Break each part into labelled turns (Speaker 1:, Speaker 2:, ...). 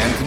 Speaker 1: And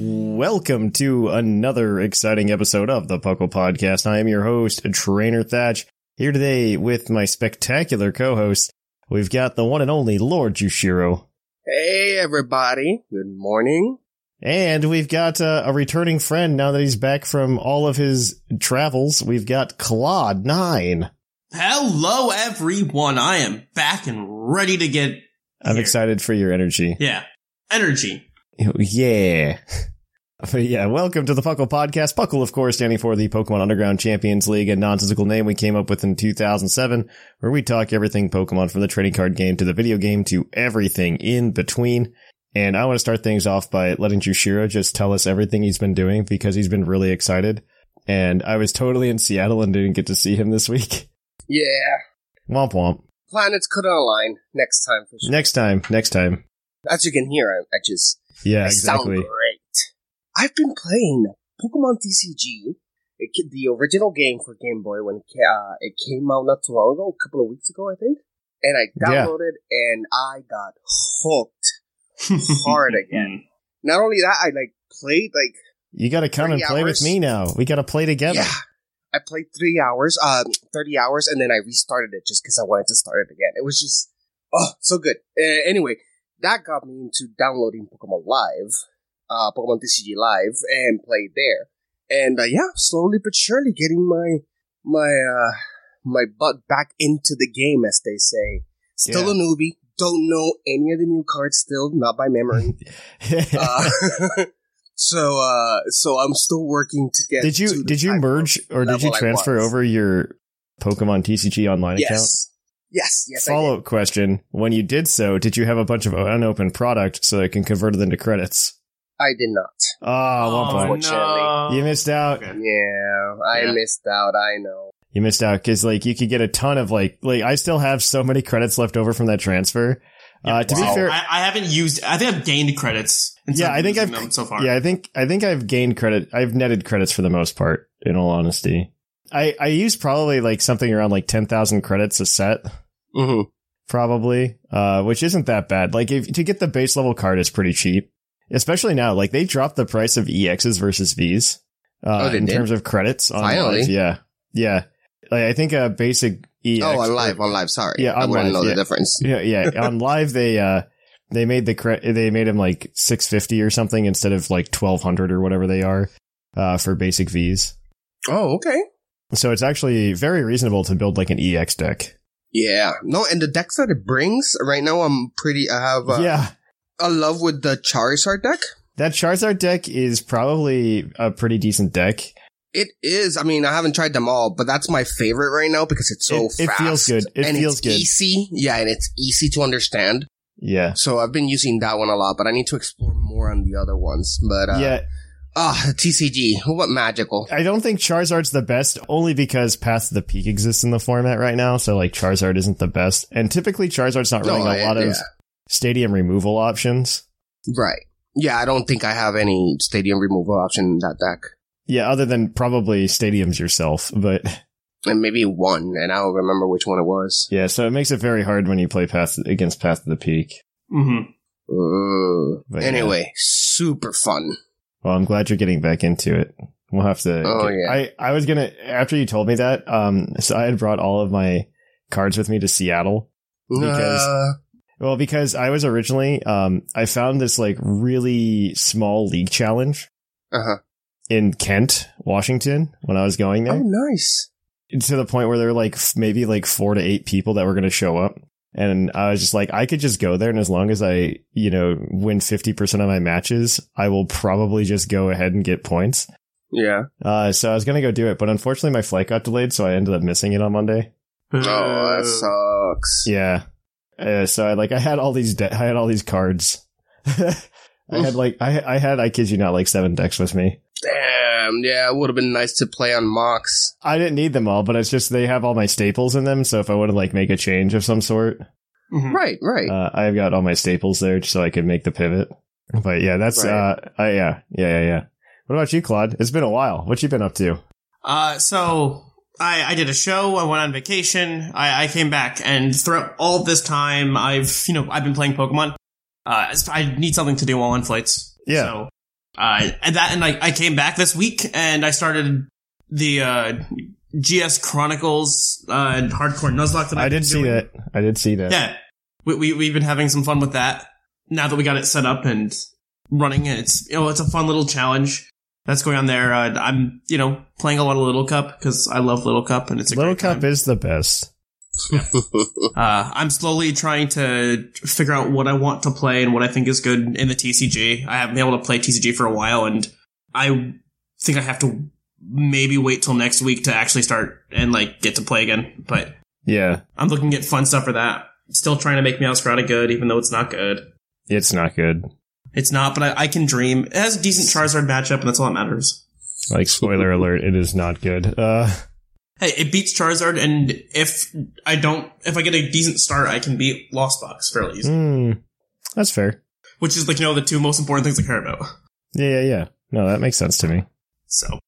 Speaker 2: Welcome to another exciting episode of the Puckle Podcast. I am your host, Trainer Thatch, here today with my spectacular co-host. We've got the one and only Lord Jushiro,
Speaker 3: Hey, everybody. Good morning.
Speaker 2: and we've got uh, a returning friend now that he's back from all of his travels. We've got Claude Nine.
Speaker 4: Hello, everyone. I am back and ready to get.
Speaker 2: I'm
Speaker 4: here.
Speaker 2: excited for your energy.
Speaker 4: Yeah. Energy.
Speaker 2: Yeah. But yeah, welcome to the Puckle Podcast. Puckle, of course, standing for the Pokemon Underground Champions League, a nonsensical name we came up with in 2007, where we talk everything Pokemon from the trading card game to the video game to everything in between. And I want to start things off by letting Jushiro just tell us everything he's been doing because he's been really excited. And I was totally in Seattle and didn't get to see him this week.
Speaker 3: Yeah.
Speaker 2: Womp womp.
Speaker 3: Planets could align next time for sure.
Speaker 2: Next time, next time.
Speaker 3: As you can hear, I, I just
Speaker 2: Yeah,
Speaker 3: I
Speaker 2: exactly.
Speaker 3: sound great. I've been playing Pokemon TCG, it, ca- the original game for Game Boy when it, ca- uh, it came out not too long ago, a couple of weeks ago, I think. And I
Speaker 2: Yeah.
Speaker 3: downloaded and I got hooked hard again. Not only that, I like played like
Speaker 2: You gotta come and
Speaker 3: Three
Speaker 2: play with
Speaker 3: hours.
Speaker 2: me now. We gotta play together.
Speaker 3: Yeah. I played three hours, um, 30 hours, and then I restarted it just because I wanted to start it again. It was just, oh, so good. Uh, anyway, that got me into downloading Pokemon Live, uh, Pokemon TCG Live, and played there. And, uh, yeah, slowly but surely getting my, my, uh, my butt back into the game, as they say. Still a newbie. Don't know any of the new cards still, not by memory. uh, so, uh, so I'm still working to get.
Speaker 2: did
Speaker 3: to
Speaker 2: you
Speaker 3: the
Speaker 2: did you
Speaker 3: type
Speaker 2: merge
Speaker 3: of
Speaker 2: or did you
Speaker 3: level I
Speaker 2: transfer
Speaker 3: was.
Speaker 2: over your Pokemon TCG online account?
Speaker 3: Yes. Yes, yes, I
Speaker 2: Follow up question: When you did so, did you have a bunch of unopened product so that it can convert them to credits?
Speaker 3: did. I did not.
Speaker 2: Ah,
Speaker 3: Oh,
Speaker 2: one point.
Speaker 4: Oh, no.
Speaker 2: You missed out.
Speaker 4: Okay.
Speaker 3: Yeah, I
Speaker 4: Yeah.
Speaker 3: missed out. I know.
Speaker 2: You missed out because like you could get a ton of like like I still have so many credits left over from that transfer. uh, to be
Speaker 3: Wow.
Speaker 2: fair,
Speaker 4: I, I haven't used. I think I've gained credits. instead
Speaker 2: yeah,
Speaker 4: of
Speaker 2: I think I've
Speaker 4: using them so far.
Speaker 2: Yeah, I think I think I've gained credit. I've netted credits for the most part. In all honesty, I I use probably like something around like ten thousand credits a set.
Speaker 3: Mm-hmm.
Speaker 2: probably, uh, which isn't that bad. Like if, to get the base level card is pretty cheap, especially now. Like they dropped the price of EXs versus Vs uh,
Speaker 5: Oh, they
Speaker 2: in
Speaker 5: did?
Speaker 2: terms of credits on
Speaker 5: Finally.
Speaker 2: live. Yeah, yeah. Like, I think a basic EX.
Speaker 5: Oh, on live, on live. Sorry,
Speaker 2: Yeah,
Speaker 5: I
Speaker 2: on
Speaker 5: wouldn't
Speaker 2: live,
Speaker 5: know
Speaker 2: yeah.
Speaker 5: the difference.
Speaker 2: Yeah, yeah. on live they uh they made the cre- they made them like six fifty or something instead of like twelve hundred or whatever they are uh, for basic Vs.
Speaker 3: Oh, okay.
Speaker 2: So it's actually very reasonable to build like an EX deck.
Speaker 5: Yeah, no, and the decks that it brings right now, I'm pretty. I have uh,
Speaker 2: yeah.
Speaker 5: a love with the Charizard deck.
Speaker 2: That Charizard deck is probably a pretty decent deck.
Speaker 5: It is. I mean, I haven't tried them all, but that's my favorite right now because it's so
Speaker 2: It- it
Speaker 5: fast.
Speaker 2: feels good. It
Speaker 5: and it's
Speaker 2: feels good.
Speaker 5: Easy, yeah, and it's easy to understand.
Speaker 2: Yeah.
Speaker 5: So I've been using that one a lot, but I need to explore more on the other ones. But uh,
Speaker 2: yeah.
Speaker 5: ah, TCG. What about magical?
Speaker 2: I don't think Charizard's the best only because Path of the Peak exists in the format right now. So like Charizard isn't the best. And typically Charizard's not
Speaker 5: No,
Speaker 2: running a
Speaker 5: I-
Speaker 2: lot of
Speaker 5: yeah.
Speaker 2: stadium removal options.
Speaker 5: Right. Yeah, I don't think I have any stadium removal option in that deck.
Speaker 2: Yeah, other than probably stadiums yourself, but
Speaker 5: and maybe one, and I don't remember which one it was.
Speaker 2: yeah, so it makes it very hard when you play Path against Path of the Peak.
Speaker 4: Mhm.
Speaker 5: Ooh.
Speaker 2: But
Speaker 5: Uh, anyway, super fun.
Speaker 2: Well, I'm glad you're getting back into it. We'll have to.
Speaker 5: Oh, yeah.
Speaker 2: I I was gonna after you told me that. Um, so I had brought all of my cards with me to Seattle. Because-
Speaker 5: Uh,
Speaker 2: Well, because I was originally, um, I found this like really small league challenge
Speaker 5: uh-huh.
Speaker 2: in Kent, Washington, when I was going there.
Speaker 5: Oh, nice.
Speaker 2: to the point where there were like f- maybe like four to eight people that were going to show up. And I was just like, I could just go there. And as long as I, you know, win 50% of my matches, I will probably just go ahead and get points.
Speaker 5: Yeah.
Speaker 2: Uh, so I was going to go do it. But unfortunately, my flight got delayed. So I ended up missing it on Monday.
Speaker 5: Oh, that
Speaker 4: Uh,
Speaker 5: sucks.
Speaker 2: Yeah. Uh, so I like, I had all these, de- I had all these cards. I had like, I, I had, I kid you not, like seven decks with me.
Speaker 5: Damn. Yeah, it would have been nice to play on Mox.
Speaker 2: I didn't need them all, but it's just they have all my staples in them. So if I want to like make a change of some sort,
Speaker 4: mhm.
Speaker 5: Right, right.
Speaker 2: Uh, I've got all my staples there just so I can make the pivot. But yeah, that's
Speaker 5: Right.
Speaker 2: uh, I, yeah, yeah, yeah, yeah. What about you, Claude? It's been a while. What you been up to?
Speaker 4: Uh, so I, I did a show. I went on vacation. I, I came back, and throughout all this time, I've you know I've been playing Pokemon. Uh, I need something to do while on flights.
Speaker 2: Yeah.
Speaker 4: So, uh, and that, and I, I came back this week, and I started the uh, GS Chronicles uh, Hardcore Nuzlocke. That
Speaker 2: I
Speaker 4: I've been
Speaker 2: did see
Speaker 4: doing.
Speaker 2: that. I did see that.
Speaker 4: Yeah, we, we we've been having some fun with that. Now that we got it set up and running, and it's you know it's a fun little challenge that's going on there. Uh, I'm you know playing a lot of Little Cup because I love Little Cup and it's a
Speaker 2: Little
Speaker 4: great
Speaker 2: Cup
Speaker 4: time.
Speaker 2: is the best.
Speaker 4: Uh, I'm slowly trying to figure out what I want to play and what I think is good in the TCG. I haven't been able to play TCG for a while, and I think I have to maybe wait till next week to actually start and like get to play again. But
Speaker 2: Yeah,
Speaker 4: I'm looking at fun stuff for that. Still trying to make Meowscrata good, even though it's not good.
Speaker 2: it's not good.
Speaker 4: It's not, but I, I can dream. It has a decent Charizard matchup, and that's all that matters.
Speaker 2: Like spoiler alert, it is not good. Uh,
Speaker 4: Hey, it beats Charizard, and if I don't, if I get a decent start, I can beat Lost Box fairly easily,
Speaker 2: hmm, that's fair.
Speaker 4: which is like you know the two most important things I care about.
Speaker 2: Yeah, yeah, yeah. No, that makes sense to me.
Speaker 4: So I don't.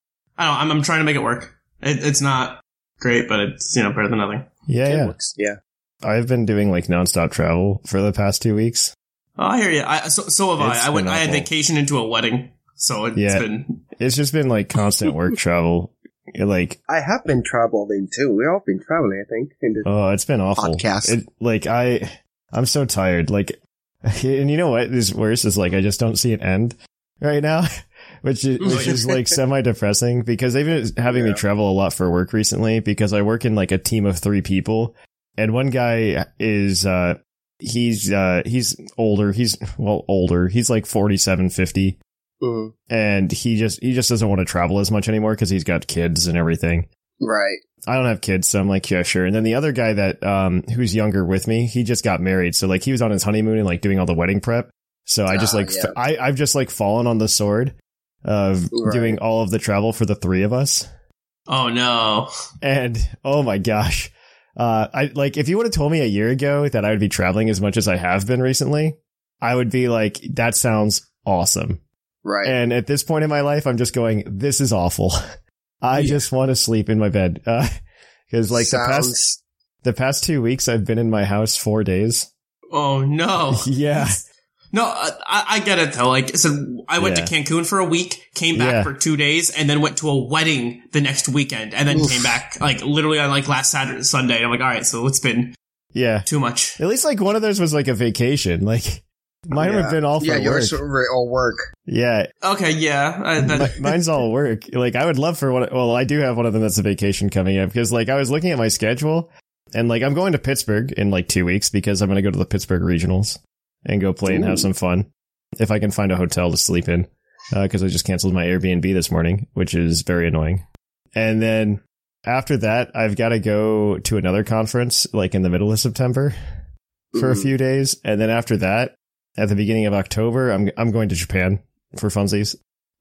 Speaker 4: know, I'm, I'm trying to make it work. It, it's not great, but it's you know better than nothing.
Speaker 2: Yeah,
Speaker 5: It
Speaker 2: yeah.
Speaker 5: works. Yeah.
Speaker 2: I've been doing like nonstop travel for the past two weeks.
Speaker 4: Oh, I hear you. I, so, so have
Speaker 2: It's
Speaker 4: I. I went.
Speaker 2: been
Speaker 4: I had
Speaker 2: awful.
Speaker 4: vacation into a wedding, so it's
Speaker 2: Yeah.
Speaker 4: been.
Speaker 2: It's just been like constant work travel. Like
Speaker 3: I have been traveling too. We've all been traveling, I think. In the-
Speaker 2: Oh, it's been awful.
Speaker 5: Podcast.
Speaker 2: It, like I, I'm so tired. Like, and you know what is worse is like I just don't see an end right now, which is which is like semi depressing because they've been having me travel a lot for work recently because I work in like a team of three people, and one guy is uh he's uh he's older he's well older he's like 47 50
Speaker 5: Mhm.
Speaker 2: and he just he just doesn't want to travel as much anymore because he's got kids and everything
Speaker 5: Right.
Speaker 2: I don't have kids, so I'm like, yeah, sure. And then the other guy that um who's younger with me, he just got married, so like he was on his honeymoon and like doing all the wedding prep. So I just
Speaker 5: Ah,
Speaker 2: like
Speaker 5: yeah.
Speaker 2: f- I I've just like fallen on the sword of
Speaker 5: Right.
Speaker 2: doing all of the travel for the three of us.
Speaker 4: Oh no!
Speaker 2: And oh my gosh, uh, I like if you would have told me a year ago that I would be traveling as much as I have been recently, I would be like, that sounds awesome.
Speaker 5: Right.
Speaker 2: And at this point in my life, I'm just going, this is awful. I
Speaker 4: Yeah.
Speaker 2: just want to sleep in my bed. Uh 'cause because like the past
Speaker 5: Sounds-
Speaker 2: the past two weeks, I've been in my house four days.
Speaker 4: Oh no!
Speaker 2: Yeah.
Speaker 4: No, I, I I get it though. Like, so I went
Speaker 2: Yeah.
Speaker 4: to Cancun for a week, came back
Speaker 2: Yeah.
Speaker 4: for two days, and then went to a wedding the next weekend, and then came back like literally on like last Saturday, Sunday. And I'm like, all right, so it's been
Speaker 2: Yeah.
Speaker 4: too much.
Speaker 2: At least like one of those was like a vacation. Like mine would have been all for
Speaker 5: yeah,
Speaker 2: work.
Speaker 5: yours were all work.
Speaker 2: yeah.
Speaker 4: Okay, yeah, I, that,
Speaker 2: Mi- mine's all work. Like I would love for one. Well, I do have one of them that's a vacation coming up because like I was looking at my schedule and like I'm going to Pittsburgh in like two weeks because I'm going to go to the Pittsburgh regionals and go play and have some fun if I can find a hotel to sleep in because I just canceled my Airbnb this morning, which is very annoying. And then after that, I've got to go to another conference like in the middle of September for a
Speaker 5: Mhm.
Speaker 2: few days, and then after that, at the beginning of October, I'm I'm going to Japan for funsies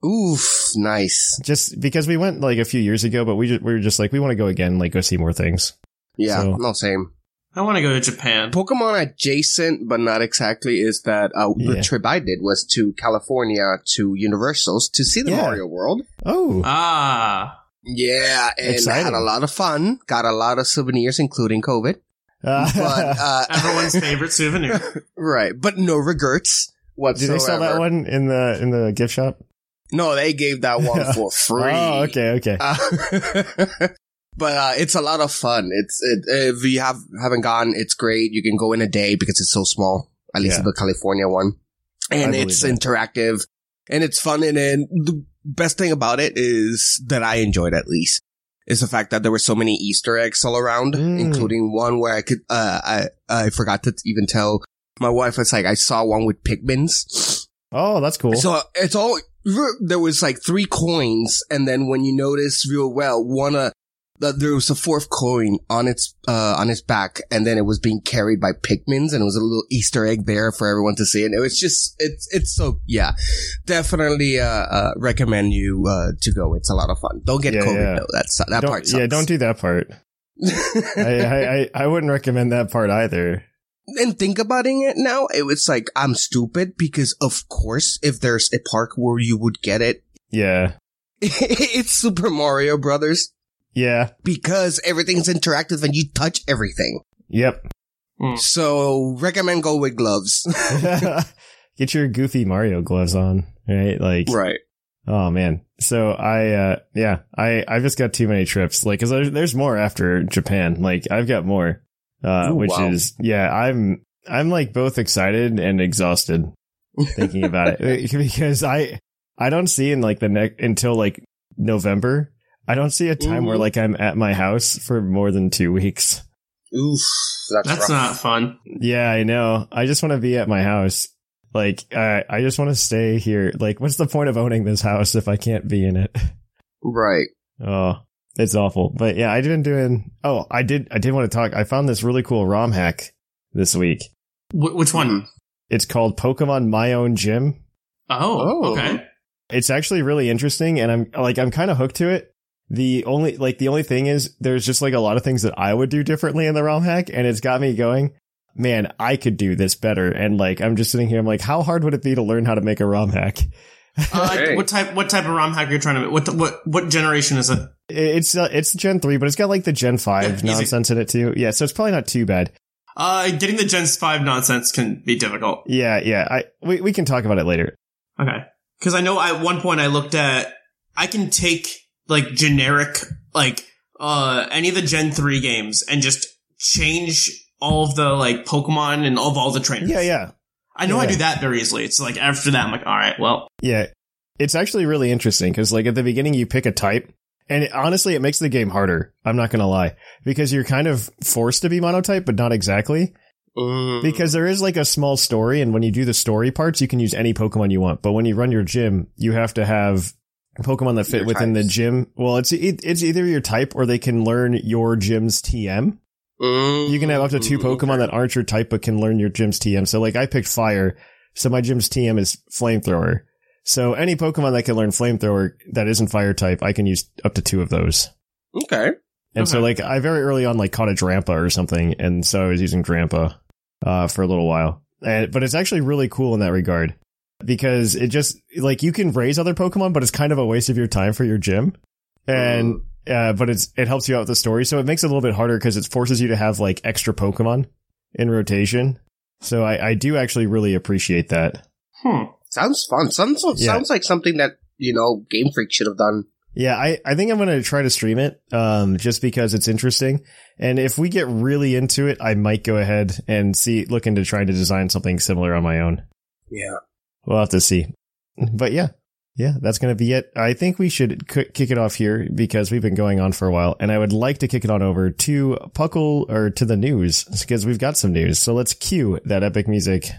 Speaker 5: Oof. Nice.
Speaker 2: just because we went like a few years ago, but we just, we were just like we want to go again, like go see more things.
Speaker 5: Yeah.
Speaker 2: So-
Speaker 5: no, same.
Speaker 4: I want to go to Japan.
Speaker 5: Pokemon adjacent, but not exactly, is that uh,
Speaker 2: Yeah.
Speaker 5: the trip I did was to California to Universal's to see the
Speaker 2: Yeah.
Speaker 5: Mario World.
Speaker 2: Oh,
Speaker 5: Uh,
Speaker 4: Ah,
Speaker 5: Yeah, and
Speaker 2: Exciting.
Speaker 5: had a lot of fun. Got a lot of souvenirs, including COVID.
Speaker 2: Uh,
Speaker 5: But uh,
Speaker 4: everyone's favorite souvenir.
Speaker 5: right, but no regrets
Speaker 2: do
Speaker 5: whatsoever.
Speaker 2: they sell that one in the in the gift shop?
Speaker 5: No, they gave that one for free.
Speaker 2: Oh, okay, okay.
Speaker 5: Uh, But uh, it's a lot of fun. It's it, if you have haven't gone, it's great. You can go in a day because it's so small. At least
Speaker 2: Yeah.
Speaker 5: the California one, and
Speaker 2: believe
Speaker 5: it's
Speaker 2: that.
Speaker 5: interactive, and it's fun. And then the best thing about it is that I enjoyed at least is the fact that there were so many Easter eggs all around,
Speaker 2: Mm.
Speaker 5: including one where I could uh, I I forgot to even tell my wife. It's like I saw one with pigments.
Speaker 2: Oh, that's cool.
Speaker 5: So it's all there was like three coins, and then when you notice real well, one uh, th- there was a fourth coin on its uh on its back, and then it was being carried by Pikmin's, and it was a little Easter egg there for everyone to see. And it was just it's it's so yeah, definitely uh, uh recommend you uh to go. It's a lot of fun. Don't get
Speaker 2: Yeah,
Speaker 5: COVID
Speaker 2: yeah.
Speaker 5: though. That's that
Speaker 2: Don't-
Speaker 5: part. Sucks.
Speaker 2: yeah, don't do that part. I, I, I, I wouldn't recommend that part either.
Speaker 5: and think about it now, it was like I'm stupid because of course if there's a park where you would get it,
Speaker 2: Yeah.
Speaker 5: it's Super Mario Brothers
Speaker 2: Yeah.
Speaker 5: because everything's interactive and you touch everything.
Speaker 2: Yep.
Speaker 5: So recommend go with gloves.
Speaker 2: Get your goofy Mario gloves on, right? Like,
Speaker 5: right.
Speaker 2: oh man. So I, uh, yeah, I, I've just got too many trips. Like, cause there's, there's more after Japan. Like, I've got more, uh,
Speaker 5: Ooh,
Speaker 2: which
Speaker 5: wow.
Speaker 2: is, yeah, I'm, I'm like both excited and exhausted thinking about it Uh, because I, I don't see in like the next until like November. I don't see a time where
Speaker 5: Mhm.
Speaker 2: like I'm at my house for more than two weeks.
Speaker 5: Oof. That's,
Speaker 4: That's not fun.
Speaker 2: Yeah, I know. I just want to be at my house. Like, I I just want to stay here. Like, what's the point of owning this house if I can't be in it?
Speaker 5: right.
Speaker 2: Oh, it's awful. But yeah, I've been doing. Oh, I did. I did want to talk. I found this really cool ROM hack this week.
Speaker 4: Wh- which one?
Speaker 2: It's called Pokemon My Own Gym.
Speaker 4: Oh,
Speaker 5: Oh.
Speaker 4: okay.
Speaker 2: It's actually really interesting, and I'm like, I'm kind of hooked to it. The only like the only thing is there's just like a lot of things that I would do differently in the ROM hack, and it's got me going. Man, I could do this better. And like, I'm just sitting here. I'm like, how hard would it be to learn how to make a ROM hack?
Speaker 4: Uh,
Speaker 5: Okay.
Speaker 4: What type? What type of ROM hack are you trying to? What what what generation is it?
Speaker 2: It- It's uh, it's Gen three, but it's got like the Gen five
Speaker 4: Yeah, easy.
Speaker 2: nonsense in it too. Yeah, so it's probably not too bad.
Speaker 4: Uh, getting the Gen Five nonsense can be difficult.
Speaker 2: Yeah, yeah. I we we can talk about it later.
Speaker 4: Okay. Because I know at one point I looked at, I can take like generic, like, uh, any of the Gen 3 games and just change all of the like Pokemon and of all the trainers.
Speaker 2: Yeah, yeah,
Speaker 4: I know I
Speaker 2: yeah.
Speaker 4: do that very easily. It's like after that, I'm like, all right, well,
Speaker 2: yeah. It's actually really interesting because like at the beginning you pick a type, and it, honestly it makes the game harder. I'm not gonna lie because you're kind of forced to be monotype, but not exactly because there is like a small story, and when you do the story parts, you can use any Pokemon you want. But when you run your gym, you have to have Pokemon that fit
Speaker 5: Your
Speaker 2: within the
Speaker 5: types.
Speaker 2: gym. Well, it's it, it's either your type or they can learn your gym's TM. You can have up to two Pokemon that aren't your type but can learn your gym's TM. So like I picked fire, so my gym's TM is flamethrower. So any Pokemon that can learn flamethrower that isn't fire type, I can use up to two of those.
Speaker 5: Okay.
Speaker 2: And so
Speaker 4: Okay.
Speaker 2: like I very early on like caught a Drampa or something, and so I was using Drampa uh, for a little while. And but it's actually really cool in that regard because it just like you can raise other Pokemon, but it's kind of a waste of your time for your gym. And uh, but it's it helps you out with the story, so it makes it a little bit harder because it forces you to have like extra Pokemon in rotation. So I, I do actually really appreciate that.
Speaker 4: hmm.
Speaker 5: Sounds fun. Sounds
Speaker 2: Yeah.
Speaker 5: sounds like something that you know Game Freak should have done.
Speaker 2: Yeah, I, I think I'm going to try to stream it um, just because it's interesting. And if we get really into it, I might go ahead and see, look into trying to design something similar on my own.
Speaker 5: Yeah.
Speaker 2: We'll have to see. But yeah, yeah, that's going to be it. I think we should c- kick it off here because we've been going on for a while. And I would like to kick it on over to Puckle or to the news because we've got some news. So let's cue that epic music.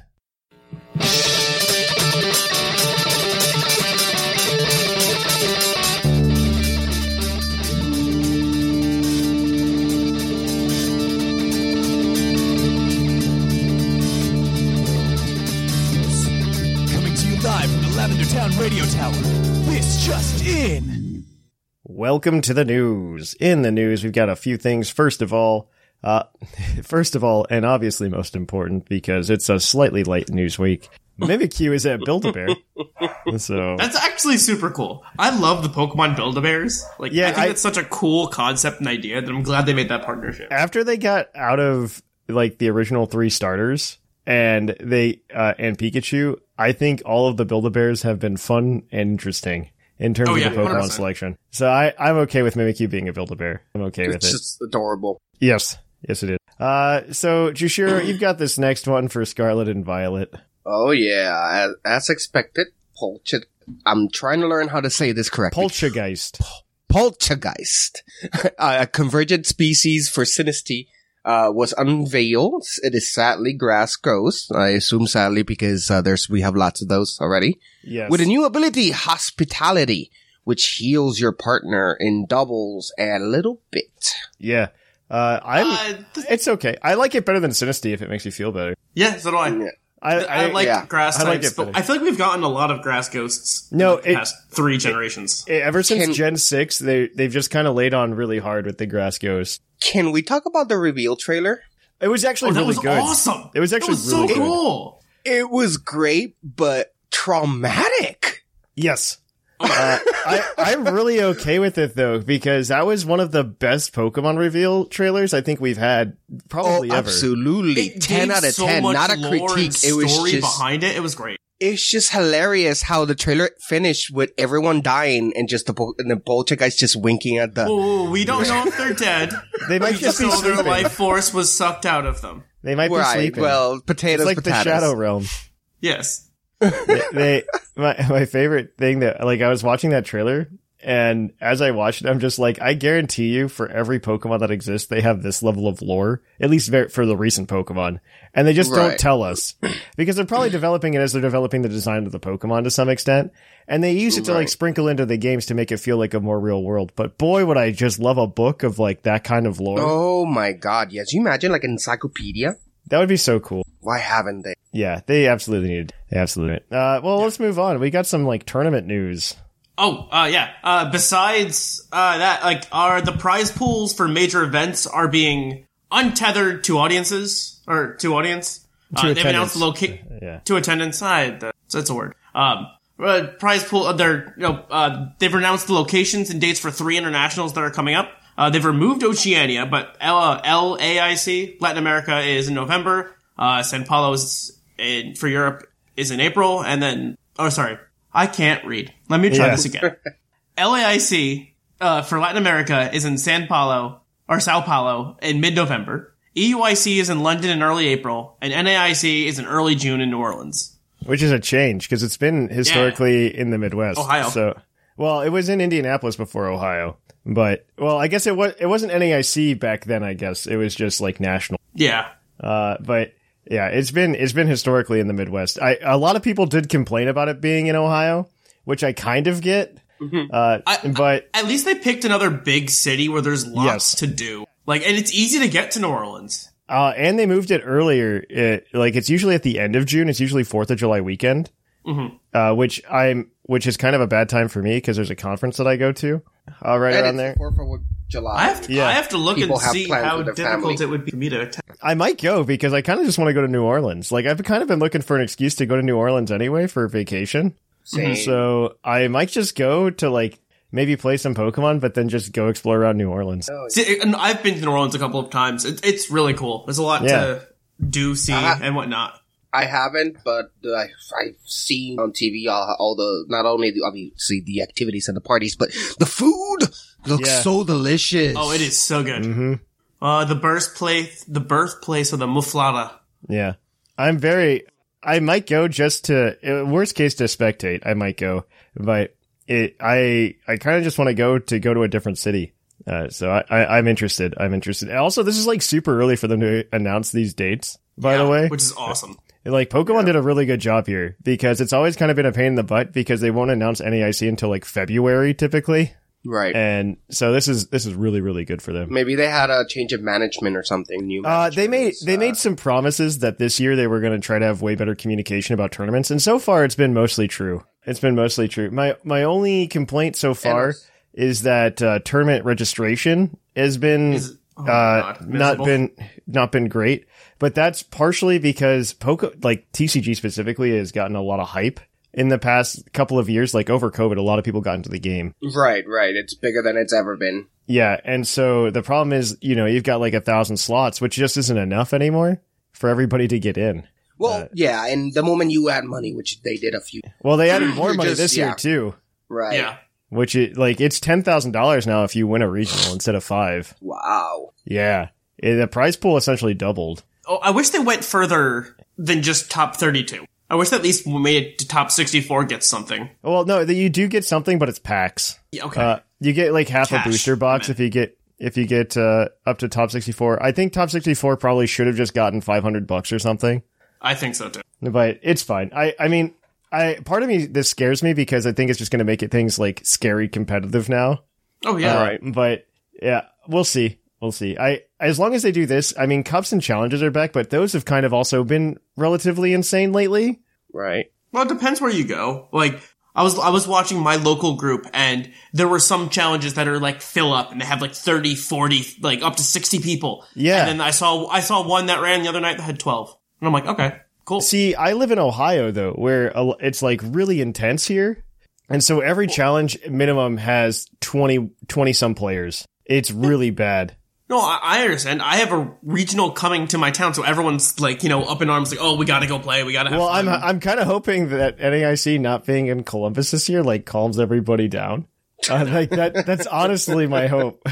Speaker 6: Coming to you live from the Lavender Town Radio Tower. This just in.
Speaker 2: Welcome to the news. In the news, we've got a few things. First of all, uh, first of all, and obviously most important because it's a slightly late news week. Mimikyu is at Build-A-Bear. so
Speaker 4: That's actually super cool. I love the Pokemon Build-A-Bears. Like,
Speaker 2: Yeah,
Speaker 4: I think
Speaker 2: I-
Speaker 4: it's such a cool concept and idea that I'm glad they made that partnership.
Speaker 2: after they got out of like the original three starters and they, uh, and Pikachu, I think all of the Build-A-Bears have been fun and interesting. in terms
Speaker 4: Oh,
Speaker 2: of
Speaker 4: yeah,
Speaker 2: the Pokemon
Speaker 4: 100%.
Speaker 2: selection. So I, I'm okay with Mimikyu being a Build-A-Bear. I'm okay with
Speaker 5: It's
Speaker 2: it.
Speaker 5: just adorable.
Speaker 2: Yes. Yes, it is. Uh, so, Jushiro, you've got this next one for Scarlet and Violet.
Speaker 5: Oh yeah, as, as expected, poltergeist. I'm trying to learn how to say this correctly.
Speaker 2: Poltergeist.
Speaker 5: poltergeist, a convergent species for synesty, uh, was unveiled. It is sadly grass ghost. I assume sadly because uh, there's we have lots of those already.
Speaker 2: Yes.
Speaker 5: With a new ability, hospitality, which heals your partner in doubles and a little bit.
Speaker 2: yeah. Uh, I'm,
Speaker 4: Uh, th-
Speaker 2: it's okay. I like it better than Synesty if it makes you feel better.
Speaker 4: yeah, so do I.
Speaker 2: I,
Speaker 4: I, like
Speaker 5: yeah,
Speaker 4: grass
Speaker 2: I like
Speaker 4: types,
Speaker 2: it
Speaker 4: but
Speaker 2: better.
Speaker 4: I feel like we've gotten a lot of grass ghosts.
Speaker 2: No,
Speaker 4: in the
Speaker 2: it-
Speaker 4: past three generations.
Speaker 2: eh, ever since
Speaker 5: Can-
Speaker 2: Gen 6, they, they've just kind of laid on really hard with the grass ghost.
Speaker 5: Can we talk about the reveal trailer?
Speaker 2: It was actually
Speaker 4: oh, that
Speaker 2: really
Speaker 4: was
Speaker 2: good.
Speaker 4: awesome.
Speaker 2: It was
Speaker 4: That
Speaker 2: actually
Speaker 4: was
Speaker 2: really
Speaker 4: so
Speaker 2: good.
Speaker 4: cool.
Speaker 5: It was great, but traumatic.
Speaker 2: Yes.
Speaker 4: Oh.
Speaker 2: Uh, I, I'm really okay with it though, because that was one of the best Pokemon reveal trailers I think we've had probably
Speaker 5: oh,
Speaker 2: ever.
Speaker 5: absolutely.
Speaker 4: It
Speaker 5: 10
Speaker 4: gave
Speaker 5: out of
Speaker 4: so
Speaker 5: 10.
Speaker 4: much
Speaker 5: Not a
Speaker 4: lore and
Speaker 5: critique. It was
Speaker 4: story
Speaker 5: just,
Speaker 4: behind it. It was great.
Speaker 5: it's just hilarious how the trailer finished with everyone dying and just the, po- and the poltergeist just winking at the,
Speaker 4: Whoa, Oh, we don't know if they're dead.
Speaker 2: They might
Speaker 4: We
Speaker 2: just be
Speaker 4: know their
Speaker 2: sleeping.
Speaker 4: life force was sucked out of them.
Speaker 2: They might be
Speaker 5: right.
Speaker 2: sleeping.
Speaker 5: Well,
Speaker 2: it's
Speaker 5: potatoes,
Speaker 2: like
Speaker 5: potatoes.
Speaker 2: the Shadow Realm.
Speaker 4: Yes.
Speaker 2: they my my favorite thing that like I was watching that trailer and as I watched it, I'm just like, I guarantee you, for every Pokemon that exists, they have this level of lore, at least ver- for the recent Pokemon, and they just don't
Speaker 5: Right.
Speaker 2: tell us because they're probably developing it as they're developing the design of the Pokemon to some extent, and they use it to like
Speaker 5: Right.
Speaker 2: sprinkle into the games to make it feel like a more real world. But boy, would I just love a book of like that kind of lore.
Speaker 5: Oh my god. Yes. You imagine like an encyclopedia?
Speaker 2: That would be so cool.
Speaker 5: Why haven't they?
Speaker 2: Yeah, they absolutely need. They absolutely. Need. it. Uh, well, let's move on. We got some like tournament news.
Speaker 4: Oh, uh, yeah. Uh, besides uh, that, like, are the prize pools for major events are being untethered to audiences or to audience?
Speaker 2: To
Speaker 4: uh, they've
Speaker 2: attendance.
Speaker 4: announced the location
Speaker 2: Yeah.
Speaker 4: to attendance. I, that's, that's a word. Um, uh, prize pool. Uh, they're you know uh, they've announced the locations and dates for three internationals that are coming up. Uh, they've removed Oceania, but L- uh, LAIC Latin America is in November. Uh, San Paulo is in, for Europe is in April, and then oh sorry, I can't read. Let me try
Speaker 2: Yeah.
Speaker 4: this again. LAIC uh, for Latin America is in San Paulo or Sao Paulo in E mid November. EUIC is in London in early April, and NAIC is in early June in New Orleans.
Speaker 2: which is a change because it's been historically in the Midwest.
Speaker 4: Ohio.
Speaker 2: So, well, it was in Indianapolis before Ohio, but well, I guess it was it wasn't NAIC back then. I guess it was just like national.
Speaker 4: Yeah.
Speaker 2: Uh, but yeah, it's been it's been historically in the Midwest. I a lot of people did complain about it being in Ohio, which I kind of get. Uh,
Speaker 4: I-
Speaker 2: but
Speaker 4: At least they picked another big city where there's lots
Speaker 2: Yes.
Speaker 4: to do. Like, and it's easy to get to New Orleans.
Speaker 2: Uh, and they moved it earlier. It, like it's usually at the end of June. It's usually Fourth of July weekend, uh, which I'm, which is kind of a bad time for me because there's a conference that I go to uh, right
Speaker 5: And
Speaker 2: around
Speaker 5: it's
Speaker 2: there.
Speaker 5: the 4th of July.
Speaker 4: I have to,
Speaker 2: Yeah.
Speaker 4: I have to look
Speaker 5: People
Speaker 4: and
Speaker 5: have
Speaker 4: see
Speaker 5: plans
Speaker 4: how
Speaker 5: with their
Speaker 4: difficult
Speaker 5: family.
Speaker 4: it would be for me to attend.
Speaker 2: I might go because I kind of just want to go to New Orleans. Like I've kind of been looking for an excuse to go to New Orleans anyway for vacation.
Speaker 5: Same.
Speaker 2: Mm-hmm. So I might just go to like maybe play some Pokemon, but then just go explore around New Orleans.
Speaker 5: Oh,
Speaker 4: See, and I've been to New Orleans a couple of times. It, it's really cool. There's a lot to do, see,
Speaker 5: Uh-huh.
Speaker 4: and whatnot.
Speaker 5: I haven't, but uh, I, I've seen on TV all, all the not only the, obviously the activities and the parties, but the food looks
Speaker 2: Yeah.
Speaker 5: so delicious.
Speaker 4: Oh, it is so good.
Speaker 2: Mm-hmm.
Speaker 4: Uh, the birthplace, the birthplace of the muflada.
Speaker 2: Yeah. I'm very, I might go just to, uh, worst case to spectate, I might go, but it, I, I kind of just want to go to go to a different city. Uh, so I, I, I'm interested. I'm interested. And Also, this is like super early for them to announce these dates, by the
Speaker 4: Yeah,
Speaker 2: way.
Speaker 4: which is awesome.
Speaker 2: Like Pokemon did a really good job here because it's always kind of been a pain in the butt because they won't announce NAIC until like February typically.
Speaker 5: right.
Speaker 2: And so this is, this is really, really good for them.
Speaker 5: Maybe they had a change of management or something new.
Speaker 2: Uh, they made
Speaker 5: management,
Speaker 2: they
Speaker 5: uh,
Speaker 2: made some promises that this year they were going to try to have way better communication about tournaments, and so far it's been mostly true. It's been mostly true. My my only complaint so far is that uh, tournament registration has been
Speaker 4: oh my
Speaker 2: uh,
Speaker 4: God,
Speaker 2: not
Speaker 4: miserable.
Speaker 2: been not been great, but that's partially because Poco like TCG specifically has gotten a lot of hype in the past couple of years. Like over COVID, a lot of people got into the game.
Speaker 5: right, right. It's bigger than it's ever been.
Speaker 2: Yeah, and so the problem is, you know, you've got like a thousand slots, which just isn't enough anymore for everybody to get in.
Speaker 5: Well,
Speaker 2: Uh,
Speaker 5: yeah, and the moment you add money, which they did a few,
Speaker 2: Well, they added more
Speaker 5: You're
Speaker 2: money
Speaker 5: just-
Speaker 2: this year
Speaker 5: yeah.
Speaker 2: too.
Speaker 5: right?
Speaker 4: Yeah.
Speaker 2: which it like it's ten thousand dollars now if you win a regional instead of five.
Speaker 3: Wow.
Speaker 2: Yeah, Eh, the prize pool essentially doubled.
Speaker 4: Oh, I wish they went further than just top 32. I wish they at least made it to top 64 gets something.
Speaker 2: Well, no, that you do get something, but it's packs.
Speaker 4: Yeah, okay.
Speaker 2: Uh, you get like half
Speaker 4: Cash,
Speaker 2: a booster box
Speaker 4: man.
Speaker 2: if you get if you get uh, up to top sixty four. I think top sixty four probably should have just gotten five hundred bucks or something.
Speaker 4: I think so too.
Speaker 2: but it's fine. I I mean, I part of me this scares me because I think it's just going to make it things like scary competitive now.
Speaker 4: Oh, yeah.
Speaker 2: Uh, But yeah, we'll see. We'll see. I as long as they do this, I mean, cups and challenges are back, but those have kind of also been relatively insane lately.
Speaker 5: Right.
Speaker 4: Well, it depends where you go. Like, I was I was watching my local group, and there were some challenges that are like fill up, and they have like 30, 40, like up to sixty people.
Speaker 2: Yeah.
Speaker 4: And then I saw I saw one that ran the other night that had twelve, and I'm like, okay, cool.
Speaker 2: See, I live in Ohio though, where a l- it's like really intense here. And so every challenge minimum has 20, 20 some players. It's really bad.
Speaker 4: No, I, I understand. I have a regional coming to my town, so everyone's like, you know, up in arms, like, oh, we gotta go play, we gotta. Have
Speaker 2: Well, I'm,
Speaker 4: fun.
Speaker 2: I'm kind of hoping that NAIC not being in Columbus this year, like calms everybody down. Uh, like that, that's honestly my hope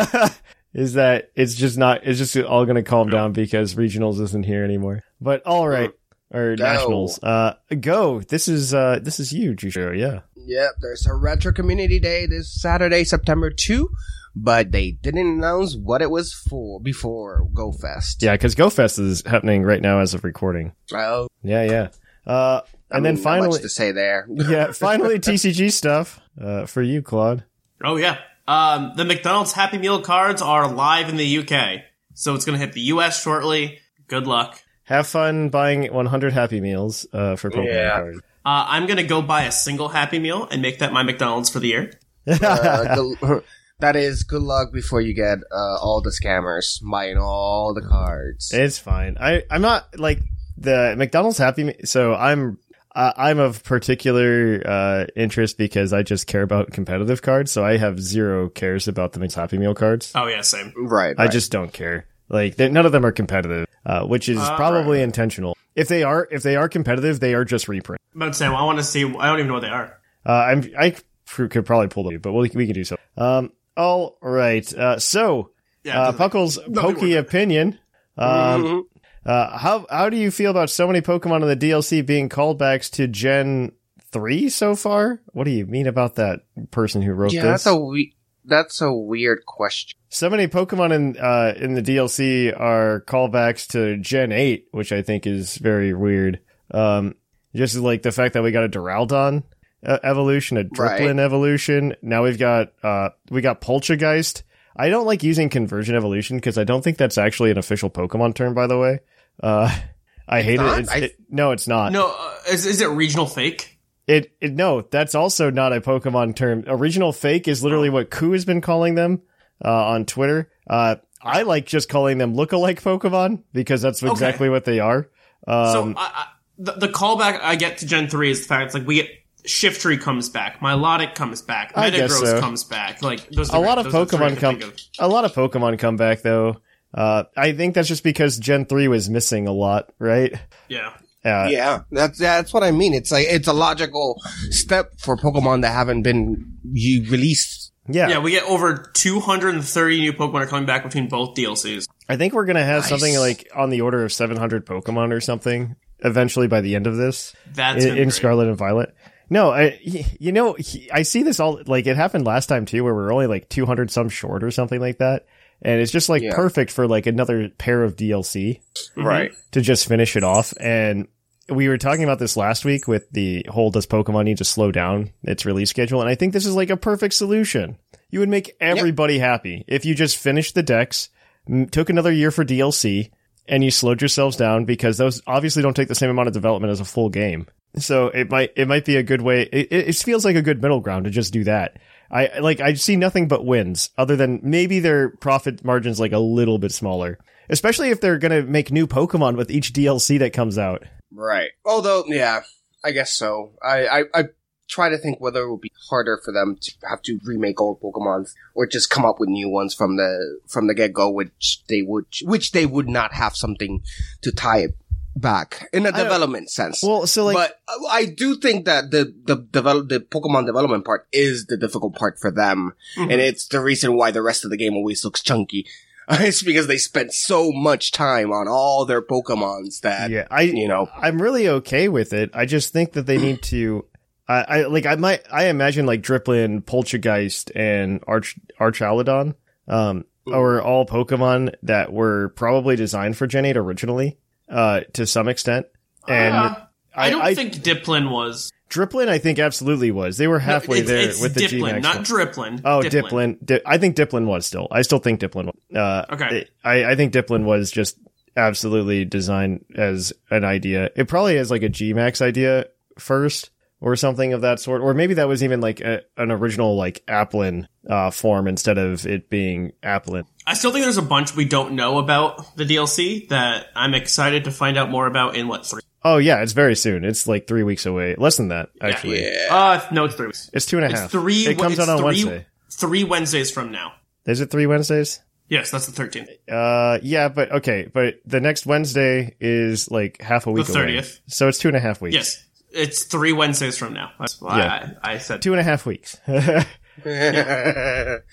Speaker 2: is that it's just not, it's just all going to calm down because regionals isn't here anymore, but all right. Or
Speaker 5: Go.
Speaker 2: nationals. Uh, go. This is, uh, this is you, Jushiro. Yeah.
Speaker 5: Yep, there's a retro community day this Saturday, September 2, but they didn't announce what it was for before GoFest.
Speaker 2: Yeah, because GoFest is happening right now as of recording.
Speaker 5: Oh,
Speaker 2: Yeah, yeah. Uh,
Speaker 5: I
Speaker 2: and then
Speaker 5: mean, not much
Speaker 2: finally,
Speaker 5: to say there.
Speaker 2: yeah, finally TCG stuff uh, for you, Claude.
Speaker 4: Oh yeah. Um, the McDonald's Happy Meal cards are live in the UK, so it's gonna hit the US shortly. Good luck.
Speaker 2: Have fun buying 100 Happy Meals uh, for Pokemon cards.
Speaker 4: Uh, I'm gonna go buy a single Happy Meal and make that my McDonald's for the year.
Speaker 5: Uh, good- that is good luck before you get uh, all the scammers buying all the cards.
Speaker 2: It's fine. I I'm not like the McDonald's Happy. Me- so I'm uh, I'm of particular uh, interest because I just care about competitive cards. So I have zero cares about the McDonald's Happy Meal cards.
Speaker 4: Oh yeah, same.
Speaker 5: right.
Speaker 2: I just don't care. Like they're- none of them are competitive, uh, which is probably intentional. If they are, if they are competitive, they are just reprint.
Speaker 4: But Sam, I want to see. I don't even know what they are.
Speaker 2: Uh, I'm I pr- could probably pull them, but we we can do so. Um, all right. Uh, so
Speaker 4: Yeah,
Speaker 2: uh,
Speaker 4: it doesn't-
Speaker 2: Puckle's pokey opinion. Um, uh, how how do you feel about so many Pokemon in the DLC being callbacks to Gen three so far? What do you mean about that person who wrote
Speaker 5: yeah,
Speaker 2: this?
Speaker 5: that's a we- that's a weird question.
Speaker 2: So many Pokemon in uh, in the DLC are callbacks to Gen Eight, which I think is very weird. Um, just like the fact that we got a Duraldon uh, evolution, a Driplin
Speaker 5: Right.
Speaker 2: evolution. Now we've got uh, we got Poltergeist. I don't like using conversion evolution because I don't think that's actually an official Pokemon term. By the way, uh, I hate
Speaker 5: not?
Speaker 2: it. It's,
Speaker 5: I-
Speaker 2: it. No, it's not.
Speaker 4: no, uh, is, is it regional fake?
Speaker 2: It, it no, that's also not a Pokemon term. Original fake is literally what Ku has been calling them uh, on Twitter. Uh, I like just calling them look-alike Pokemon because that's exactly what they are. Um,
Speaker 4: so I, I, the, the callback I get to Gen three is the fact it's like we get Shiftry comes back, Milotic comes back,
Speaker 2: I guess
Speaker 4: Metagross
Speaker 2: so.
Speaker 4: comes back. Like those.
Speaker 2: A
Speaker 4: Are the-
Speaker 2: lot of
Speaker 4: those are the three I
Speaker 2: Pokemon
Speaker 4: can
Speaker 2: come.
Speaker 4: think of.
Speaker 2: A lot of Pokemon come back though. Uh, I think that's just because Gen three was missing a lot, right?
Speaker 4: Yeah.
Speaker 2: Uh,
Speaker 5: Yeah, that's that's what I mean. It's like it's a logical step for Pokemon that haven't been you released.
Speaker 2: yeah,
Speaker 4: Yeah, we get over 230 new Pokemon are coming back between both DLCs.
Speaker 2: I think we're gonna have something like on the order of seven hundred Pokemon or something eventually by the end of this.
Speaker 4: That's
Speaker 2: in,
Speaker 4: been
Speaker 2: in
Speaker 4: great.
Speaker 2: Scarlet and Violet. No, I y- you know he- I see this all like it happened last time too, where we're only like two hundred some short or something like that, and it's just like
Speaker 5: Yeah.
Speaker 2: perfect for like another pair of DLC
Speaker 5: Right.
Speaker 2: to just finish it off. And we were talking about this last week with the whole does Pokemon need to slow down its release schedule, and I think this is like a perfect solution. You would make everybody happy if you just finished the decks, m- took another year for DLC, and you slowed yourselves down because those obviously don't take the same amount of development as a full game. So it might it might be a good way. It, it it feels like a good middle ground to just do that. I I- like I see nothing but wins, other than maybe their profit margins like a little bit smaller, especially if they're gonna make new Pokemon with each DLC that comes out.
Speaker 5: Right. Although, yeah, I guess so. I, I, I try to think whether it would be harder for them to have to remake old Pokemon or just come up with new ones from the from the get go, which they would which they would not have something to tie it back in a
Speaker 2: don't-
Speaker 5: development sense.
Speaker 2: Well, so like,
Speaker 5: but I do think that the the develop the Pokemon development part is the difficult part for them,
Speaker 2: Mm-hmm.
Speaker 5: and it's the reason why the rest of the game always looks chunky. it's because they spent so much time on all their Pokemons
Speaker 4: uh,
Speaker 5: that
Speaker 2: yeah, I
Speaker 5: you know.
Speaker 2: I'm really okay with it. I just think that they need to. I, I like. I might. I imagine like Driplin, Poltergeist, and Arch Archaladon, um, are all Pokemon that were probably designed for Gen Eight originally, uh, to some extent. And
Speaker 4: Uh, I, don't
Speaker 2: I-
Speaker 4: think Diplin was
Speaker 2: Driplin, I think, absolutely was. They were halfway
Speaker 4: it's,
Speaker 2: there
Speaker 4: it's
Speaker 2: with the G Max.
Speaker 4: Diplin, not Driplin.
Speaker 2: Oh, Diplin. Di- I think Diplin was still. I still think Diplin. Was. Uh,
Speaker 4: Okay.
Speaker 2: I, I think Diplin was just absolutely designed as an idea. It probably is like a Gmax idea first or something of that sort, or maybe that was even like a, an original like Applin uh, form instead of it being Applin.
Speaker 4: I still think there's a bunch we don't know about the DLC that I'm excited to find out more about in what three?
Speaker 2: Oh yeah, it's very soon. It's like three weeks away. Less than that, actually.
Speaker 4: Uh, no, it's three weeks.
Speaker 2: It's two and a
Speaker 4: It's
Speaker 2: half.
Speaker 4: three.
Speaker 2: It comes
Speaker 4: it's
Speaker 2: out on
Speaker 4: three,
Speaker 2: Wednesday.
Speaker 4: Three Wednesdays from now.
Speaker 2: Is it three Wednesdays?
Speaker 4: Yes, that's the 13th.
Speaker 2: Uh, yeah, but okay, but the next Wednesday is like half a week away.
Speaker 4: 30th.
Speaker 2: So it's two and a half weeks.
Speaker 4: Yes, it's three Wednesdays from now. That's why
Speaker 2: Yeah.
Speaker 4: I, I said.
Speaker 2: Two and a half weeks.
Speaker 5: potatoes,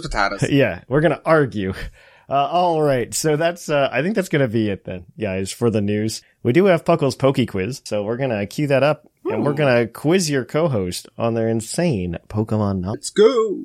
Speaker 5: potatoes.
Speaker 2: yeah, we're gonna argue. Uh, all right, so that's uh, I think that's gonna be it then, guys, for the news. We do have Puckle's Poke Quiz, so we're gonna cue that up, and we're gonna quiz your co-host on their insane Pokemon knowledge.
Speaker 5: Let's go.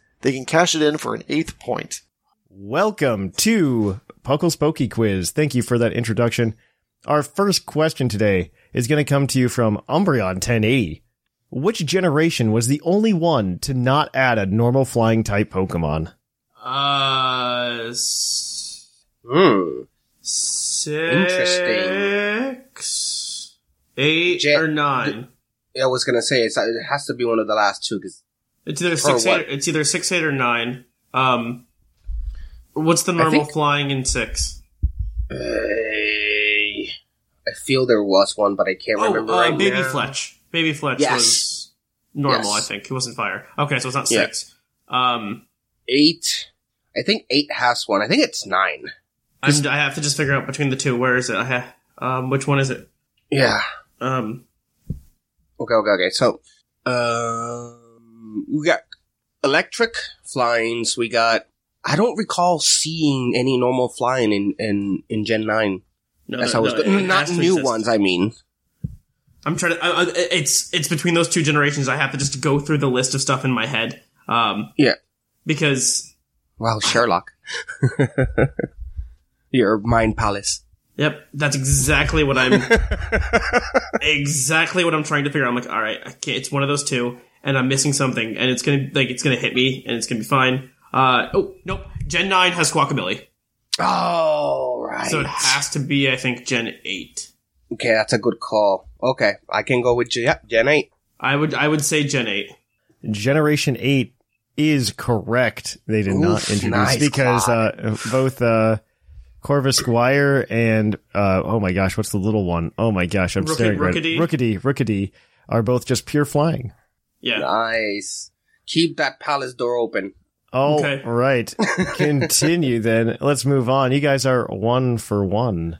Speaker 7: they can cash it in for an eighth point.
Speaker 2: Welcome to Puckle's Pokey Quiz. Thank you for that introduction. Our first question today is going to come to you from Umbreon 1080. Which generation was the only one to not add a normal flying type Pokemon?
Speaker 4: Uh, s-
Speaker 2: Hmm.
Speaker 5: Mm.
Speaker 4: Interesting. Six, eight,
Speaker 5: Jet-
Speaker 4: or nine.
Speaker 5: I was gonna say it's, it has to be one of the last two because
Speaker 4: It's either six,
Speaker 5: what?
Speaker 4: eight. It's either six, eight, or nine. Um, what's the normal
Speaker 5: think-
Speaker 4: flying in six?
Speaker 5: I feel there was one, but I can't remember
Speaker 4: oh, uh,
Speaker 5: right
Speaker 4: baby
Speaker 5: now.
Speaker 4: Fletch. Baby Fletch
Speaker 5: Yes.
Speaker 4: was normal.
Speaker 5: Yes.
Speaker 4: I think it wasn't fire. Okay, so it's not
Speaker 5: Yeah.
Speaker 4: six. Um,
Speaker 5: Eight. I think eight has one. I think it's nine.
Speaker 4: I'm, I have to just figure out between the two. Where is it? I ha- um, which one is it?
Speaker 5: Yeah.
Speaker 4: Um,
Speaker 5: Okay, okay, okay. So, um, we got electric flyings. We got. I don't recall seeing any normal flying in in in Gen Nine.
Speaker 4: no,
Speaker 5: That's
Speaker 4: no,
Speaker 5: how it's
Speaker 4: no,
Speaker 5: good.
Speaker 4: it- it
Speaker 5: Not
Speaker 4: has to
Speaker 5: new
Speaker 4: exist.
Speaker 5: ones. I mean,
Speaker 4: I'm trying to. I, I, it's it's between those two generations. I have to just go through the list of stuff in my head. Um,
Speaker 5: Yeah.
Speaker 4: because
Speaker 5: wow, Sherlock, your mind palace.
Speaker 4: yep, that's exactly what I'm. exactly what I'm trying to figure out. I'm like, all right, I can't, it's one of those two, and I'm missing something, and it's gonna like it's gonna hit me, and it's gonna be fine. Uh oh, nope. Gen nine has Squawkabilly,
Speaker 5: All Oh, right.
Speaker 4: so it has to be, I think, Gen eight.
Speaker 5: okay, that's a good call. Okay, I can go with Gen, yeah, Gen Eight.
Speaker 4: I would I would say Gen eight.
Speaker 2: Generation 8 is correct. They did not
Speaker 5: Oof,
Speaker 2: introduce
Speaker 5: nice,
Speaker 2: because uh, both uh, Corvus Squire and uh, oh my gosh, what's the little one? Oh my gosh, I'm
Speaker 4: Rookie-
Speaker 2: staring right-
Speaker 4: Rookidee?
Speaker 2: Rookidee, Rookidee are both just pure flying.
Speaker 4: Yeah.
Speaker 5: Nice. Keep that palace door open.
Speaker 2: All right,
Speaker 4: Okay.
Speaker 2: Continue then. Let's move on. You guys are one for one.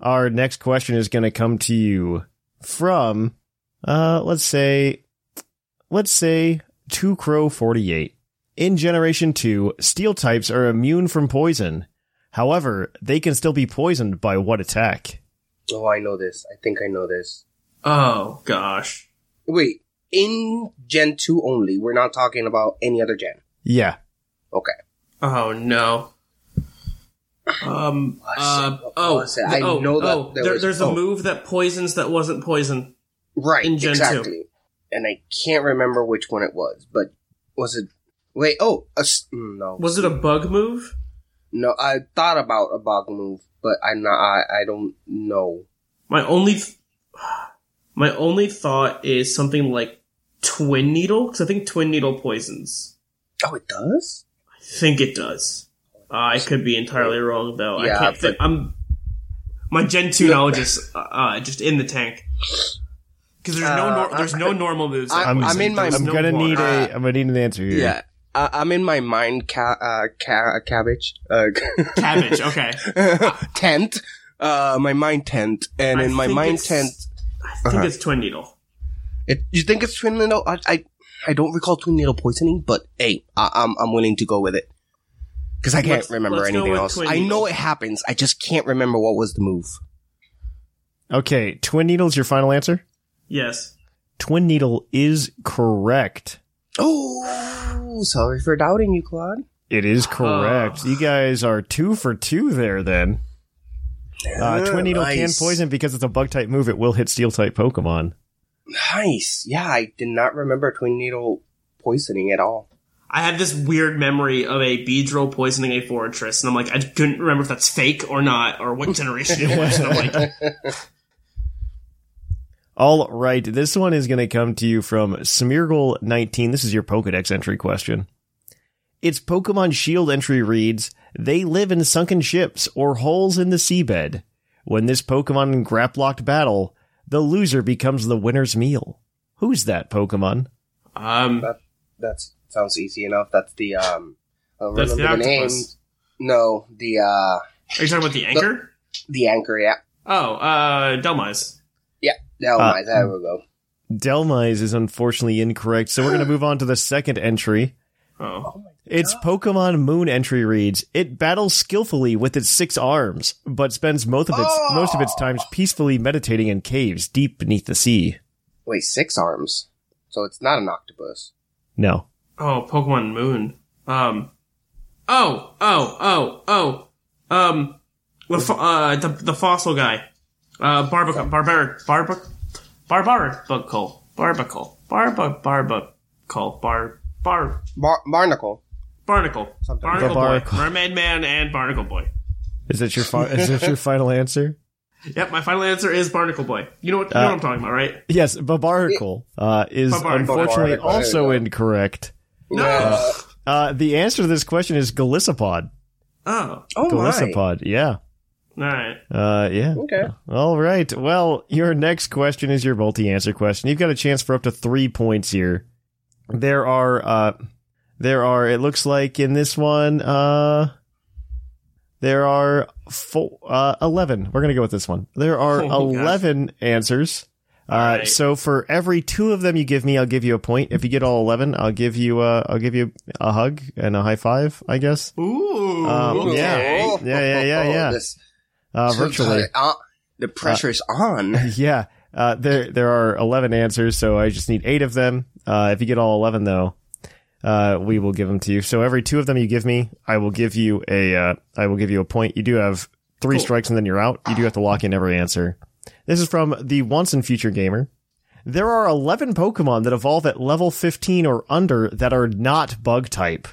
Speaker 2: Our next question is going to come to you from, uh, let's say, let's say Two Crow 48. In Generation 2, steel types are immune from poison. However, they can still be poisoned by what attack?
Speaker 5: Oh, I know this. I think I know this.
Speaker 4: Oh gosh.
Speaker 5: Wait, in Gen 2 only, we're not talking about any other gen.
Speaker 2: Yeah.
Speaker 5: Okay.
Speaker 4: Oh no. Oh, Um, uh, oh,
Speaker 5: was it? I
Speaker 4: oh,
Speaker 5: know that
Speaker 4: oh,
Speaker 5: there
Speaker 4: there-
Speaker 5: was-
Speaker 4: there's
Speaker 5: oh.
Speaker 4: a move that poisons that wasn't poison.
Speaker 5: Right,
Speaker 4: In Gen two.
Speaker 5: exactly. And I can't remember which one it was, but was it? Wait, oh, a s- mm, no,
Speaker 4: Was it a bug move?
Speaker 5: no. I thought about a bog move, but I'm not. I, I don't know.
Speaker 4: My only, th- my only thought is something like twin needle because I think twin needle poisons.
Speaker 5: Oh, it does.
Speaker 4: I think it does. I could be entirely wrong though.
Speaker 5: Yeah,
Speaker 4: I can't think.
Speaker 5: but-
Speaker 4: I'm my Gen two knowledge is uh, uh, just in the tank because there's no nor- there's no normal moves.
Speaker 5: Uh, I- I'm
Speaker 4: There's
Speaker 5: in my- Ah.
Speaker 2: I'm
Speaker 4: no
Speaker 2: gonna
Speaker 4: water.
Speaker 2: need a. I'm gonna need an answer here.
Speaker 5: Yeah, I, I'm in my mind. Ca- uh, ca- cabbage. Uh,
Speaker 4: cabbage. Okay,
Speaker 5: tent. Uh, my mind tent, and
Speaker 4: I
Speaker 5: in my
Speaker 4: think
Speaker 5: mind
Speaker 4: it's-
Speaker 5: tent, Uh-huh.
Speaker 4: I think it's twin needle.
Speaker 5: it, you think it's twin needle? I, I, I don't recall twin needle poisoning, but hey, I, I'm I'm willing to go with it because I can't
Speaker 4: Let's-
Speaker 5: remember
Speaker 4: let's go
Speaker 5: anything
Speaker 4: with
Speaker 5: else.
Speaker 4: twin
Speaker 5: I know
Speaker 4: needle.
Speaker 5: it happens. I just can't remember what was the move.
Speaker 2: Okay. Twin needles. Your final answer.
Speaker 4: Yes.
Speaker 2: Twin needle is correct.
Speaker 5: Oh, sorry for doubting you, Claude.
Speaker 2: It is correct. You guys are two for two there. Then uh, twin needle can
Speaker 5: nice.
Speaker 2: poison because it's a bug type move. It will hit steel type Pokemon.
Speaker 5: Nice. Yeah, I did not remember twin needle poisoning at all.
Speaker 4: I had this weird memory of a Beedrill poisoning a fortress, and I'm like, I couldn't remember if that's fake or not, or what generation it was. And I'm like,
Speaker 2: All right, this one is going to come to you from Smeargle19. This is your Pokedex entry question. Its Pokemon Shield entry reads, They live in sunken ships or holes in the seabed. When this Pokemon in Graplocked battle, the loser becomes the winner's meal. Who's that Pokemon?
Speaker 4: um,
Speaker 5: That sounds easy enough. That's the um. I don't
Speaker 4: that's the
Speaker 5: remember the name.
Speaker 4: octopus.
Speaker 5: No, the uh,
Speaker 4: Are you talking about the anchor?
Speaker 5: the anchor. Yeah,
Speaker 4: Oh, uh, Delmise.
Speaker 5: yeah. That
Speaker 2: Uh,
Speaker 5: was there we go.
Speaker 2: Delmise is unfortunately incorrect, so we're going to move on to the second entry.
Speaker 4: Oh,
Speaker 2: Its Pokemon Moon entry reads, "It battles skillfully with its six arms, but spends most of its most of its times peacefully meditating in caves deep beneath the sea."
Speaker 5: Wait, six arms. So it's not an octopus.
Speaker 2: No,
Speaker 4: oh, Pokemon Moon. Um, oh, oh, oh, oh, um, the fo- uh, the, the fossil guy, uh, barbac barbaric, barbac, barbaric, buckle, barbacle, barba, barba, call, bar, bar.
Speaker 5: Bar- barnacle.
Speaker 4: Barnacle. Barnacle
Speaker 2: The
Speaker 4: Boy.
Speaker 2: Barnacle.
Speaker 4: Mermaid Man and Barnacle Boy.
Speaker 2: is that your fi- is that your final answer?
Speaker 4: Yep, my final answer is Barnacle Boy. You know what, you know what I'm talking about, right?
Speaker 2: Yes, Babaracle uh, is
Speaker 4: Babaracle.
Speaker 2: unfortunately
Speaker 5: Babaracle, there you
Speaker 2: also
Speaker 5: go.
Speaker 2: incorrect.
Speaker 4: No!
Speaker 2: Uh, the answer to this question is Galissapod.
Speaker 4: oh,
Speaker 5: Oh my.
Speaker 2: Galissapod, yeah,
Speaker 4: alright.
Speaker 2: uh, yeah.
Speaker 5: Okay.
Speaker 2: All right. Well, your next question is your multi answer question. You've got a chance for up to three points here. There are, uh, there are, it looks like in this one, uh, there are four, uh, 11. We're going to go with this one. There are
Speaker 4: Oh, gosh.
Speaker 2: 11 answers. Uh,
Speaker 4: right.
Speaker 2: so for every two of them you give me, I'll give you a point. If you get all 11, I'll give you, uh, I'll give you a hug and a high five, I guess.
Speaker 4: Ooh.
Speaker 2: Um,
Speaker 4: okay.
Speaker 2: yeah. Yeah, yeah, yeah, yeah.
Speaker 5: Oh. This-
Speaker 2: Uh, virtually.
Speaker 5: Uh, the pressure is on.
Speaker 2: Yeah. Uh, there there are eleven answers, so I just need eight of them. Uh, if you get all eleven, though, uh, we will give them to you. So every two of them you give me, I will give you a uh, I will give you a point. You do have three strikes, and then you're out. You do have to lock in every answer. This is from the Once and Future Gamer. There are eleven Pokemon that evolve at level fifteen or under that are not Bug type.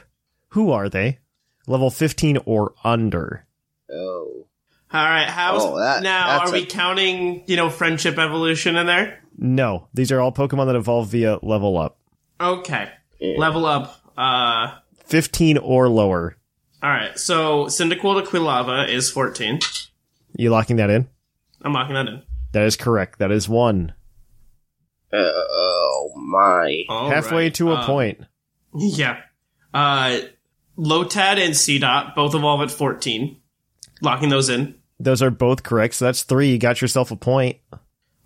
Speaker 2: Who are they? Level fifteen or under.
Speaker 5: Oh.
Speaker 4: Alright, how's.
Speaker 5: Oh, that-
Speaker 4: now,
Speaker 5: that's
Speaker 4: are
Speaker 5: a-
Speaker 4: we counting, you know, friendship evolution in there?
Speaker 2: No, these are all Pokemon that evolve via level up,
Speaker 4: Okay. Level up. Uh,
Speaker 2: fifteen or lower.
Speaker 4: alright, so Cyndaquil to Quilava is 14.
Speaker 2: You locking that in?
Speaker 4: I'm locking that in.
Speaker 2: That is correct. That is one.
Speaker 5: Oh my.
Speaker 4: All
Speaker 2: Halfway
Speaker 4: right.
Speaker 2: to a
Speaker 4: Um,
Speaker 2: point.
Speaker 4: Yeah. Uh, Lotad and Seedot both evolve at 14. Locking those in.
Speaker 2: Those are both correct. So that's three. You got yourself a point.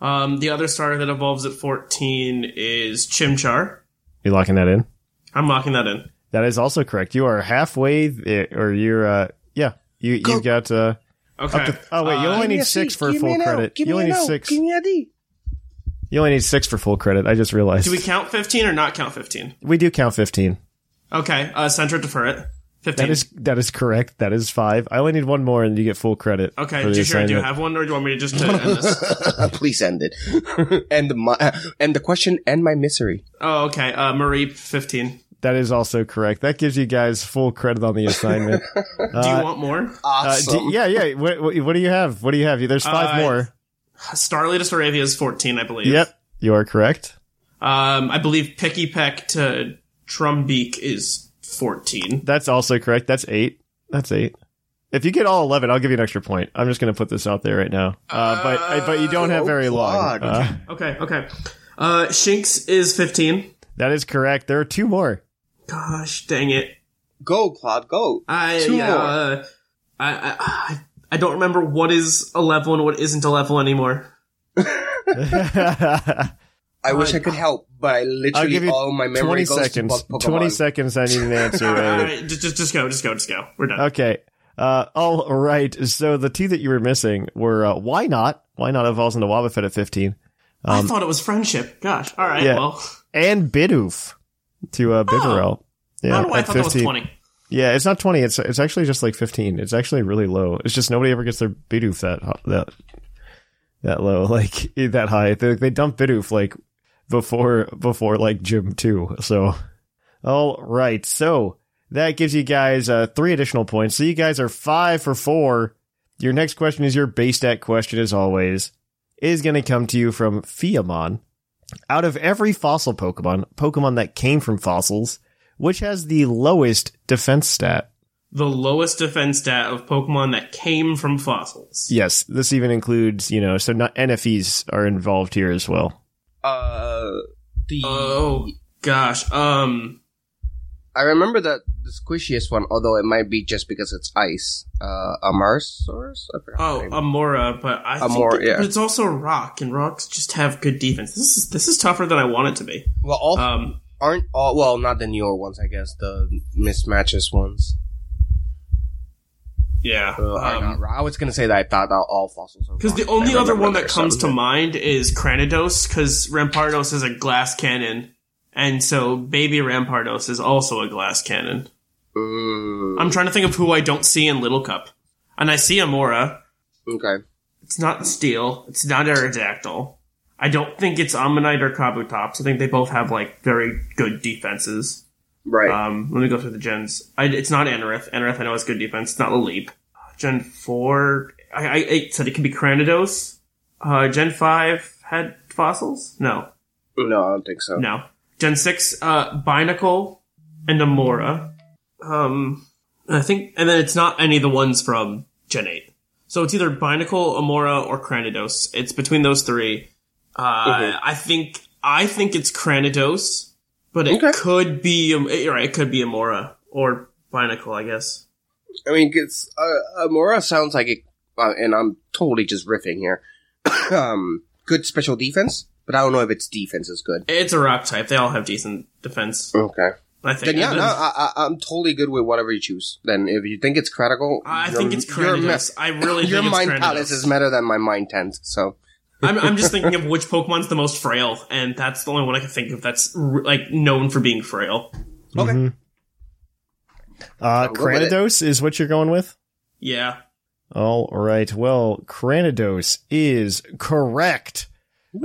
Speaker 4: Um, the other starter that evolves at 14 is Chimchar.
Speaker 2: You locking that in?
Speaker 4: I'm locking that in.
Speaker 2: That is also correct. You are halfway, th- or you're, uh, yeah. You you got uh
Speaker 4: Okay.
Speaker 2: up to oh wait you
Speaker 5: Uh,
Speaker 2: only need six for full credit you only need six
Speaker 5: Give me a D.
Speaker 2: you only need six for full credit I just realized
Speaker 4: Do we count 15 or not count 15?
Speaker 2: we do count fifteen
Speaker 4: Okay. Uh, Centra to Furret. Fifteen.
Speaker 2: That is that is correct. That is five. I only need one more, and you get full credit.
Speaker 4: okay.
Speaker 2: for the
Speaker 4: Do you sure I do
Speaker 2: assignment.
Speaker 4: have one, or do you want me to just to end this?
Speaker 5: Uh, Please end it. end my end the question and my misery.
Speaker 4: Oh, okay. Uh, Marie, fifteen.
Speaker 2: That is also correct. That gives you guys full credit on the assignment.
Speaker 4: Do you want more?
Speaker 2: Uh, do- yeah, yeah. What, what, what do you have? What do you have? There's five
Speaker 4: Uh,
Speaker 2: more.
Speaker 4: Starly to Staravia is fourteen, I believe.
Speaker 2: Yep, you are correct.
Speaker 4: Um, I believe Picky Peck to Trumbeak is fourteen.
Speaker 2: That's also correct. That's eight. That's eight. If you get all eleven, I'll give you an extra point. I'm just going to put this out there right now. Uh, but I- but you don't
Speaker 5: Oh,
Speaker 2: have very long. Uh,
Speaker 4: Okay. Okay. Uh, Shinx is fifteen.
Speaker 2: that is correct. There are two more.
Speaker 4: Gosh, dang it.
Speaker 5: Go, Claude, go.
Speaker 4: I
Speaker 5: Two
Speaker 4: yeah,
Speaker 5: more.
Speaker 4: uh, I, I I I don't remember what is a level and what isn't a level anymore.
Speaker 2: I'll
Speaker 5: I wish I could help, but I literally
Speaker 2: give you
Speaker 5: all my memory
Speaker 2: 20
Speaker 5: goes
Speaker 2: seconds.
Speaker 5: to Pokemon.
Speaker 2: 20 seconds. I need an answer.
Speaker 4: All
Speaker 2: Raiden.
Speaker 4: right, just, just just go, just go, just go. We're done.
Speaker 2: Okay. Uh, all right. So the two that you were missing were uh, why not? Why not evolves into Wobbuffet at 15
Speaker 4: I thought it was friendship. Gosh. All right.
Speaker 2: yeah.
Speaker 4: Well,
Speaker 2: and Bidoof to uh, Bibarel. yeah,
Speaker 4: Oh. I don't know why I
Speaker 2: at
Speaker 4: thought that was twenty.
Speaker 2: Yeah, it's not 20. It's it's actually just like 15. It's actually really low. It's just nobody ever gets their Bidoof that ho- that that low, like eh, that high. They, they dump Bidoof like before before like gym 2. So all right. So that gives you guys uh, three additional points. So you guys are 5 for 4. Your next question is your base stat question as always. Is going to come to you from Fiamon. Out of every fossil Pokemon, Pokemon that came from fossils, which has the lowest defense stat.
Speaker 4: The lowest defense stat of Pokemon that came from fossils.
Speaker 2: Yes, this even includes, you know, so not NFEs are involved here as well.
Speaker 5: Uh, the
Speaker 4: Oh gosh. Um.
Speaker 5: I remember that the squishiest one, although it might be just because it's ice. Uh, Amarsaurus? I forgot.
Speaker 4: Oh,
Speaker 5: the name.
Speaker 4: Amora, but I
Speaker 5: Amora,
Speaker 4: think that-
Speaker 5: yeah.
Speaker 4: but it's also a rock, and rocks just have good defense. This is this is tougher than I want it to be.
Speaker 5: well, all
Speaker 4: Um,
Speaker 5: aren't all well, not the newer ones, I guess. The mismatches ones.
Speaker 4: yeah.
Speaker 5: Uh, are
Speaker 4: Um,
Speaker 5: not ro- I was gonna say that I thought that all fossils are
Speaker 4: Because the
Speaker 5: rock.
Speaker 4: only
Speaker 5: I
Speaker 4: other
Speaker 5: remember
Speaker 4: one that
Speaker 5: there's
Speaker 4: comes to
Speaker 5: seven.
Speaker 4: mind is Cranidos, because Rampardos is a glass cannon, and so Baby Rampardos is also a glass cannon.
Speaker 5: Mm,
Speaker 4: I'm trying to think of who I don't see in Little Cup, and I see Amora.
Speaker 5: okay.
Speaker 4: It's not Steel. It's not Aerodactyl. I don't think it's Ammonite or Kabutops. I think they both have like very good defenses.
Speaker 5: Right.
Speaker 4: Um, let me go through the gens. I, it's not Anorith. Anorith I know has good defense. It's not Laleep. Gen four. I, I, I said it could be Cranidos. Uh, Gen five had fossils. No,
Speaker 5: no, I don't think so.
Speaker 4: no. Gen six, uh, Binacle and Amora. Um, I think, and then it's not any of the ones from Gen eight. So it's either Binacle, Amora, or Cranidos. It's between those three. Uh,
Speaker 5: Mm-hmm.
Speaker 4: I think I think it's Cranidos, but it
Speaker 5: Okay.
Speaker 4: could be um, you're right. It could be Amora or Binacle, I guess.
Speaker 5: I mean, it's uh, Amora sounds like it, uh, and I'm totally just riffing here. um, good special defense, but I don't know if its defense is good.
Speaker 4: It's a rock type. They all have decent defense.
Speaker 5: Okay.
Speaker 4: I think.
Speaker 5: Then yeah,
Speaker 4: And
Speaker 5: no,
Speaker 2: uh,
Speaker 5: I, I, I'm totally good with whatever you choose. Then if you think it's critical,
Speaker 4: I think it's Cranidos. I really
Speaker 5: your
Speaker 4: think it's
Speaker 5: mind
Speaker 4: Cranidos.
Speaker 5: palace is better than my mind tent. So
Speaker 4: I'm, I'm just thinking of which Pokemon's the most frail, and that's the only one I can think of that's r- like known for being frail.
Speaker 5: okay,
Speaker 2: Uh,
Speaker 5: go with it.
Speaker 2: Cranidos is what you're going with?
Speaker 4: Yeah.
Speaker 2: All right. Well, Cranidos is correct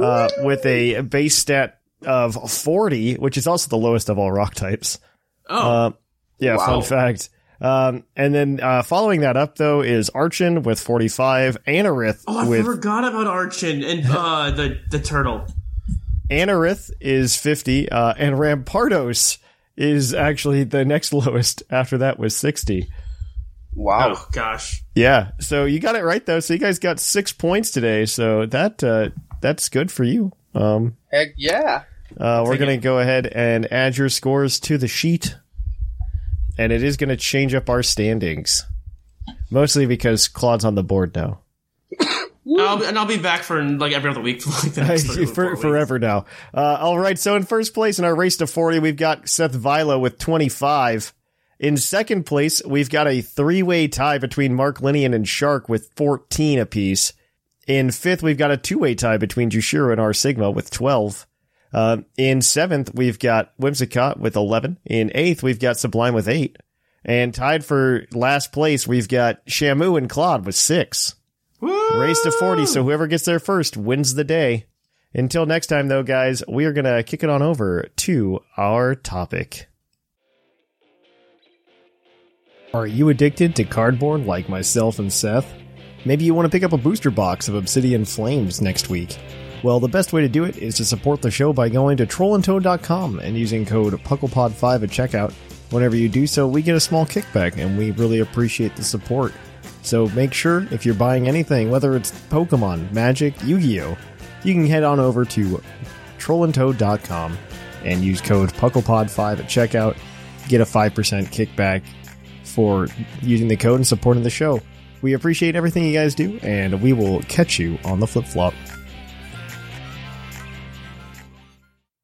Speaker 2: uh, with a base stat of 40, which is also the lowest of all rock types.
Speaker 4: Oh,
Speaker 2: Uh, yeah,
Speaker 5: Wow.
Speaker 2: fun fact. Um, and then uh, following that up, though, is Archon with 45, Anorith
Speaker 4: oh, I
Speaker 2: with
Speaker 4: forgot about Archon and uh, the the turtle.
Speaker 2: Anorith is 50, uh, and Rampardos is actually the next lowest. After that was 60.
Speaker 5: wow,
Speaker 4: Oh gosh,
Speaker 2: Yeah. So you got it right though. So you guys got six points today. So that uh, that's good for you. Um,
Speaker 5: heck yeah,
Speaker 2: uh, we're gonna go ahead and add your scores to the sheet, and it is gonna change up our standings, mostly because Claude's on the board now.
Speaker 4: I'll, and I'll be back for like every other week for like the next three or four
Speaker 2: for,
Speaker 4: weeks.
Speaker 2: forever now. Uh, all right. So in first place in our race to 40, we've got Seth Vila with 25. In second place, we've got a three way tie between Mark Linian and Shark with 14 apiece. In fifth, we've got a two way tie between Jushiro and R Sigma with 12. Uh, in seventh, we've got Whimsicott with 11. In eighth, we've got Sublime with eight. And tied for last place, we've got Shamu and Claude with six. Race to 40, so whoever gets there first wins the day. Until next time, though, guys, we are going to kick it on over to our topic. Are you addicted to cardboard like myself and Seth? Maybe you want to pick up a booster box of Obsidian Flames next week. Well, the best way to do it is to support the show by going to trollandtoad.com and using code PucklePod5 at checkout. Whenever you do so, we get a small kickback and we really appreciate the support. So make sure if you're buying anything, whether it's Pokemon, Magic, Yu Gi Oh!, you can head on over to trollandtoad.com and use code PucklePod5 at checkout. Get a 5% kickback for using the code and supporting the show. We appreciate everything you guys do, and we will catch you on the flip flop.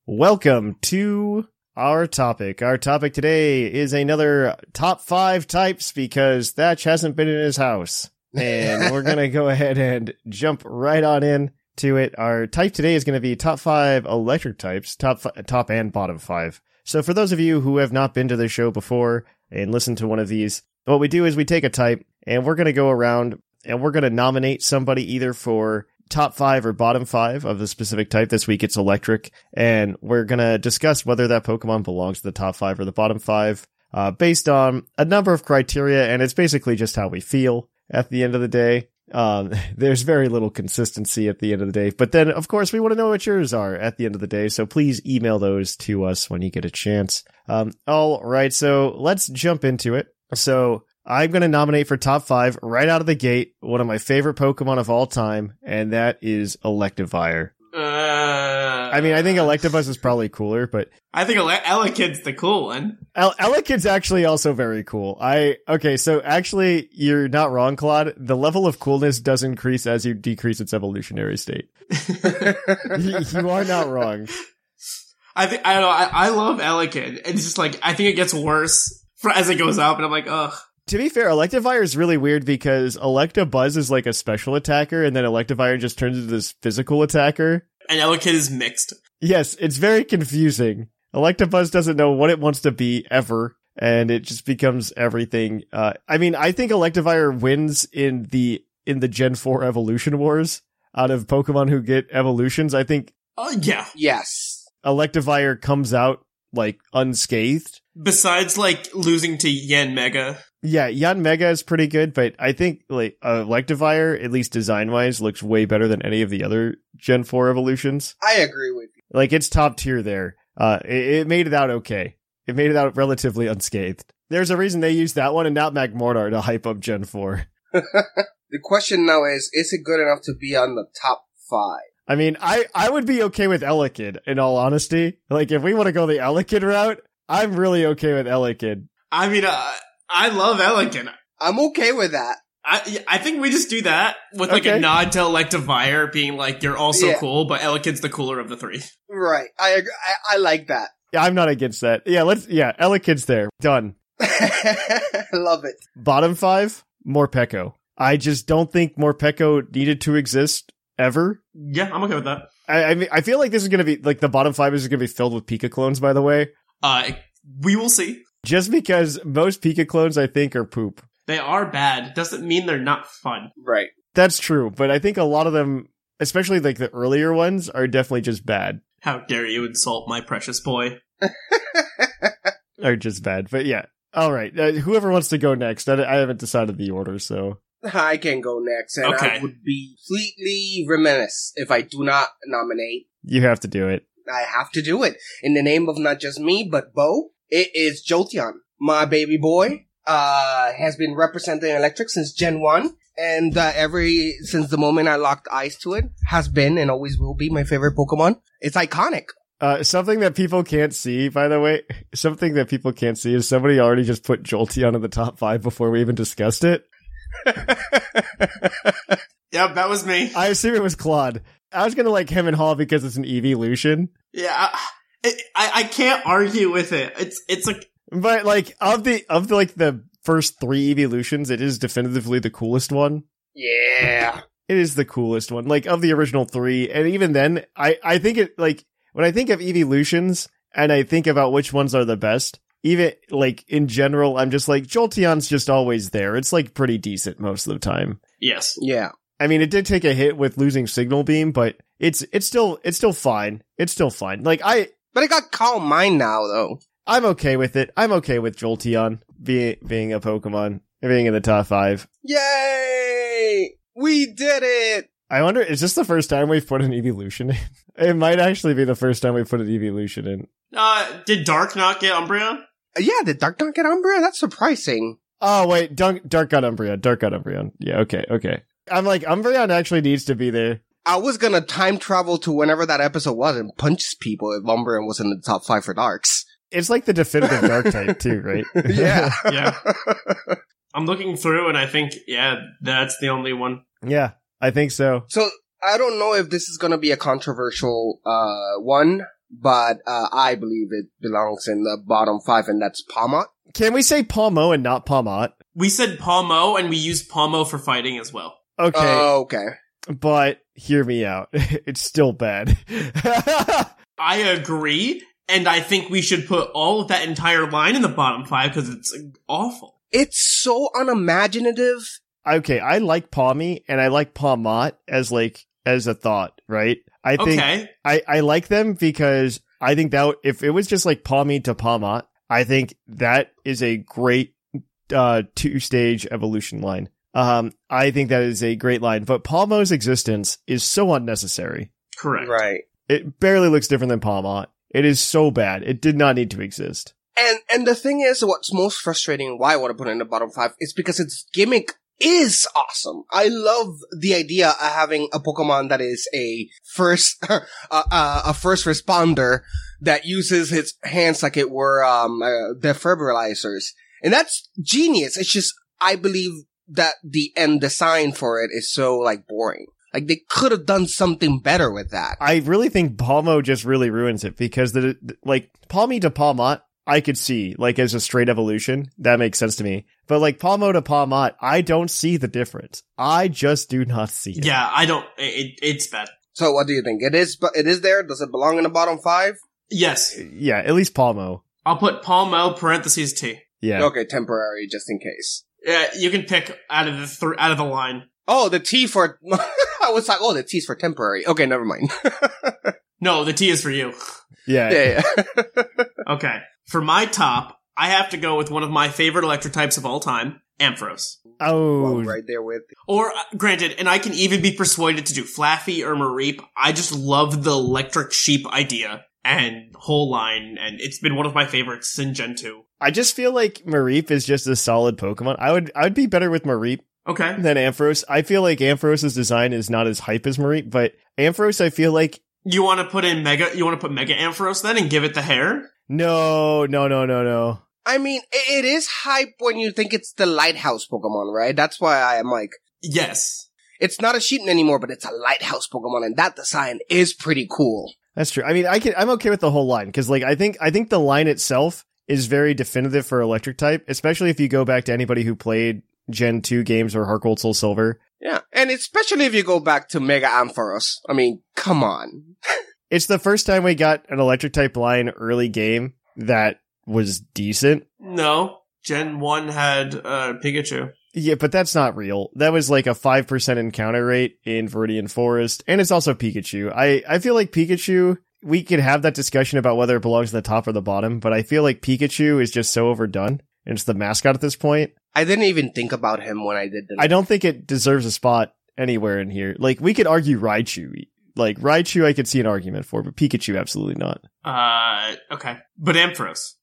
Speaker 2: Welcome to our topic. Our topic today is another top five types because Thatch hasn't been in his house. And we're going to go ahead and jump right on in to it. Our type today is going to be top five electric types, top, fi- top and bottom five. So for those of you who have not been to the show before and listened to one of these, what we do is we take a type and we're going to go around and we're going to nominate somebody either for top five or bottom five of the specific type. This week it's electric, and we're gonna discuss whether that Pokemon belongs to the top five or the bottom five, uh, based on a number of criteria, and it's basically just how we feel at the end of the day. Um, there's very little consistency at the end of the day, but then of course we want to know what yours are at the end of the day. So please email those to us when you get a chance. Um, all right, so let's jump into it. So I'm going to nominate for top five right out of the gate one of my favorite Pokemon of all time, and that is Electivire.
Speaker 4: Uh,
Speaker 2: I mean, I think Electabuzz is probably cooler, but
Speaker 4: I think Ele- Elekid's the cool one.
Speaker 2: El- Elekid's actually also very cool. I okay, so actually, you're not wrong, Claude. The level of coolness does increase as you decrease its evolutionary state. you, you are not wrong.
Speaker 4: I think I don't know. I, I love Elekid. It's just like I think it gets worse for, as it goes up, and I'm like, ugh.
Speaker 2: To be fair, Electivire is really weird because Electabuzz is like a special attacker, and then Electivire just turns into this physical attacker.
Speaker 4: And Elekid is mixed.
Speaker 2: Yes, it's very confusing. Electabuzz doesn't know what it wants to be ever, and it just becomes everything. Uh, I mean, I think Electivire wins in the in the Gen Four Evolution Wars out of Pokemon who get evolutions. I think
Speaker 4: Oh yeah.
Speaker 3: Yes.
Speaker 2: Electivire comes out like unscathed.
Speaker 4: Besides, like losing to Yen Mega.
Speaker 2: Yeah, Yan Mega is pretty good, but I think like uh, Electivire, at least design wise, looks way better than any of the other Gen Four evolutions.
Speaker 3: I agree with you.
Speaker 2: Like it's top tier there. Uh, it, it made it out okay. It made it out relatively unscathed. There's a reason they used that one and not Magmortar to hype up Gen 4.
Speaker 3: The question now is, is it good enough to be on the top five?
Speaker 2: I mean, I, I would be okay with Elekid, in all honesty. Like, if we want to go the Elekid route, I'm really okay with Elekid.
Speaker 4: I mean, uh, I love Elekid.
Speaker 3: I'm okay with that.
Speaker 4: I I think we just do that with like
Speaker 2: Okay.
Speaker 4: a nod to Electivire being like you're also
Speaker 3: Yeah.
Speaker 4: cool, but Elekid's the cooler of the three.
Speaker 3: Right. I agree. I, I like that.
Speaker 2: Yeah, I'm not against that. Yeah, let's, yeah, Elekid's there. Done.
Speaker 3: Love it.
Speaker 2: Bottom five, Morpeko. I just don't think Morpeko needed to exist ever.
Speaker 4: Yeah, I'm okay with that.
Speaker 2: I, I mean, I feel like this is going to be, like, the bottom five is going to be filled with Pika clones, by the way.
Speaker 4: Uh, we will see.
Speaker 2: Just because most Pika clones, I think, are poop.
Speaker 4: They are bad. Doesn't mean they're not fun.
Speaker 3: Right.
Speaker 2: That's true, but I think a lot of them, especially like the earlier ones, are definitely just bad.
Speaker 4: How dare you insult my precious boy?
Speaker 2: Are just bad. But yeah. All right. Uh, whoever wants to go next, I, I haven't decided the order, so.
Speaker 3: I can go next, and I
Speaker 4: Okay.
Speaker 3: would be completely remiss if I do not nominate.
Speaker 2: You have to do it.
Speaker 3: I have to do it in the name of not just me, but Bo. It is Jolteon, my baby boy. Uh, has been representing Electric since Gen One, and uh, every since the moment I locked eyes to it, has been and always will be my favorite Pokemon. It's iconic.
Speaker 2: Uh, something that people can't see, by the way, something that people can't see is somebody already just put Jolteon in the top five before we even discussed it.
Speaker 4: Yep, that was me.
Speaker 2: I assume it was Claude. I was gonna like him and Hall because it's an evolution.
Speaker 4: yeah, I, I I can't argue with it. It's it's like
Speaker 2: But like of the of the, like the first three evolutions, it is definitively the coolest one.
Speaker 3: Yeah.
Speaker 2: It is the coolest one. Like of the original three, and even then, I I think it like when I think of evolutions and I think about which ones are the best, even like in general, I'm just like Jolteon's just always there. It's like pretty decent most of the time.
Speaker 4: Yes.
Speaker 5: Yeah.
Speaker 2: I mean, it did take a hit with losing signal beam, but it's it's still it's still fine. It's still fine. Like I
Speaker 5: But I got Calm Mind now, though.
Speaker 2: I'm okay with it. I'm okay with Jolteon being being a Pokemon being in the top five.
Speaker 5: Yay! We did it!
Speaker 2: I wonder is this the first time we've put an evolution in? It might actually be the first time we put an evolution in.
Speaker 4: Uh, did Dark not get Umbreon?
Speaker 5: Yeah, did Dark Dark get Umbra? That's surprising.
Speaker 2: Oh wait, Dark Dark got Umbreon. Dark got Umbreon. Yeah, okay, okay. I'm like Umbreon actually needs to be there.
Speaker 5: I was gonna time travel to whenever that episode was and punch people if Umbreon was in the top five for Darks.
Speaker 2: It's like the definitive Dark type too, right?
Speaker 5: Yeah.
Speaker 4: Yeah. I'm looking through and I think, yeah, that's the only one.
Speaker 2: yeah, I think so.
Speaker 5: so I don't know if this is gonna be a controversial uh one, but uh I believe it belongs in the bottom five, and that's Palmot.
Speaker 2: Can we say Palmo and not Palmot?
Speaker 4: We said Palmo and we used Palmo for fighting as well.
Speaker 2: Okay,
Speaker 5: Oh, okay.
Speaker 2: but hear me out. it's still bad.
Speaker 4: I agree. And I think we should put all of that entire line in the bottom five because it's awful.
Speaker 5: It's so unimaginative.
Speaker 2: okay, I like Palmy and I like Palmot as like as a thought, right? I think
Speaker 4: okay.
Speaker 2: I, I like them because I think that if it was just like Palmy to Palmot, I think that is a great uh, two stage evolution line. Um, I think that is a great line, but Palmo's existence is so unnecessary.
Speaker 4: Correct.
Speaker 2: It barely looks different than Palmot. It is so bad. It did not need to exist.
Speaker 5: And and the thing is, what's most frustrating, why I want to put it in the bottom five, is because its gimmick is awesome. I love the idea of having a Pokemon that is a first, uh, uh, a first responder that uses its hands like it were um, uh, defibrillators, and that's genius. It's just I believe that the end design for it is so like boring. Like they could have done something better with that.
Speaker 2: I really think Palmo just really ruins it because the like Palmy to Palmot, I could see like as a straight evolution that makes sense to me. But like Palmo to Palmot, I don't see the difference. I just do not see it.
Speaker 4: Yeah, I don't. It, it's bad.
Speaker 5: So what do you think? It is, but it is there. Does it belong in the bottom five?
Speaker 4: Yes.
Speaker 2: yeah, at least Palmo.
Speaker 4: I'll put Palmo parentheses T.
Speaker 2: Yeah,
Speaker 5: Okay, temporary, just in case.
Speaker 4: Yeah, you can pick out of the thr out of the line.
Speaker 5: Oh, the T for I was like, oh, the T's for temporary. Okay, never mind.
Speaker 4: No, the T is for you.
Speaker 2: yeah.
Speaker 5: yeah, yeah.
Speaker 4: Okay. For my top, I have to go with one of my favorite electric types of all time, Ampharos.
Speaker 2: Oh,
Speaker 5: I'm right there with.
Speaker 4: Or, uh, granted, and I can even be persuaded to do Flaffy or Mareep. I just love the electric sheep idea and whole line, and it's been one of my favorites since Gen 2.
Speaker 2: I just feel like Mareep is just a solid Pokemon. I would I would be better with Mareep
Speaker 4: Okay.
Speaker 2: than Ampharos. I feel like Ampharos's design is not as hype as Mareep, but Ampharos, I feel like
Speaker 4: You want to put in Mega, you want to put Mega Ampharos then and give it the hair?
Speaker 2: no, no, no, no, no.
Speaker 5: I mean, i- it is hype when you think it's the lighthouse Pokemon, right? That's why I am like,
Speaker 4: Yes.
Speaker 5: it's not a sheep anymore, but it's a lighthouse Pokemon, and that design is pretty cool.
Speaker 2: That's true. I mean, I can I'm okay with the whole line because like I think I think the line itself is very definitive for electric type, especially if you go back to anybody who played Gen 2 games or Heart Gold Soul Silver.
Speaker 5: Yeah, and especially if you go back to Mega Ampharos. I mean, come on.
Speaker 2: It's the first time we got an electric type line early game that was decent.
Speaker 4: No. Gen 1 had uh, Pikachu.
Speaker 2: Yeah, but that's not real. That was like a 5% encounter rate in Viridian Forest, and it's also Pikachu. I, I feel like Pikachu, we could have that discussion about whether it belongs in the top or the bottom, but I feel like Pikachu is just so overdone, and it's the mascot at this point.
Speaker 5: I didn't even think about him when I did the.
Speaker 2: I don't think it deserves a spot anywhere in here. Like we could argue Raichu. Like Raichu I could see an argument for, but Pikachu absolutely not.
Speaker 4: Uh, okay. But Ampharos.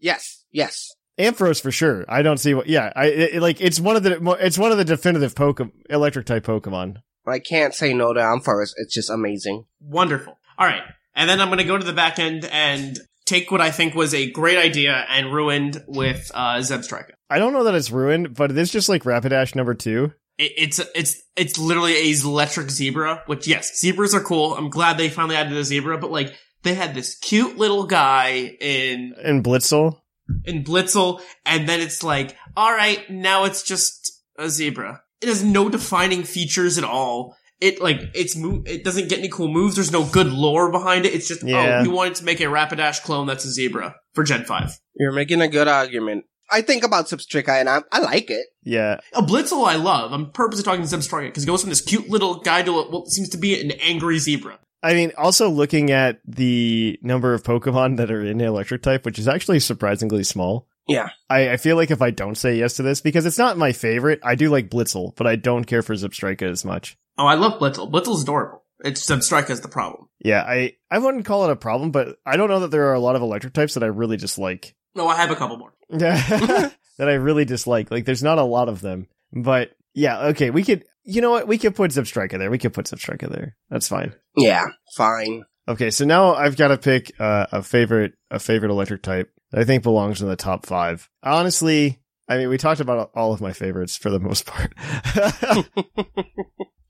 Speaker 5: yes, yes.
Speaker 2: Ampharos for sure. I don't see what yeah, I it, it- like it's one of the mo- it's one of the definitive Pokemon electric type Pokemon.
Speaker 5: I can't say no to Ampharos. It's just amazing.
Speaker 4: Wonderful. All right. And then I'm going to go to the back end and take what I think was a great idea and ruined with uh, Zebstrika.
Speaker 2: I don't know that it's ruined, but it is just like Rapidash number 2.
Speaker 4: It, it's it's it's literally a electric zebra. Which yes, zebras are cool. I'm glad they finally added a zebra. But like they had this cute little guy in
Speaker 2: And Blitzel.
Speaker 4: in Blitzel, and then it's like, all right, now it's just a zebra. It has no defining features at all. it like it's mo- it doesn't get any cool moves. There's no good lore behind it. It's just
Speaker 2: Yeah.
Speaker 4: oh, we wanted to make a Rapidash clone that's a zebra for Gen Five.
Speaker 8: You're making a good argument.
Speaker 5: I think about Substrika and I, I like it.
Speaker 2: Yeah.
Speaker 4: A Blitzel I love. I'm purposely talking to Zebstrika because it goes from this cute little guy to what seems to be an angry zebra.
Speaker 2: I mean, also looking at the number of Pokemon that are in electric type, which is actually surprisingly small.
Speaker 5: Yeah.
Speaker 2: I, I feel like if I don't say yes to this, because it's not my favorite, I do like Blitzel, but I don't care for Zipstrika as much.
Speaker 4: Oh, I love Blitzel. Blitzel's adorable. It's Zebstrika's the problem.
Speaker 2: Yeah, I, I wouldn't call it a problem, but I don't know that there are a lot of electric types that I really dislike.
Speaker 4: No, I have a couple more.
Speaker 2: Yeah. that I really dislike. Like, there's not a lot of them. But yeah, okay, we could. You know what? We could put Zipstriker there. We could put Zipstriker there. That's fine.
Speaker 5: Yeah, fine.
Speaker 2: Okay, so now I've got to pick uh, a favorite, a favorite electric type that I think belongs in the top five. Honestly, I mean, we talked about all of my favorites for the most part.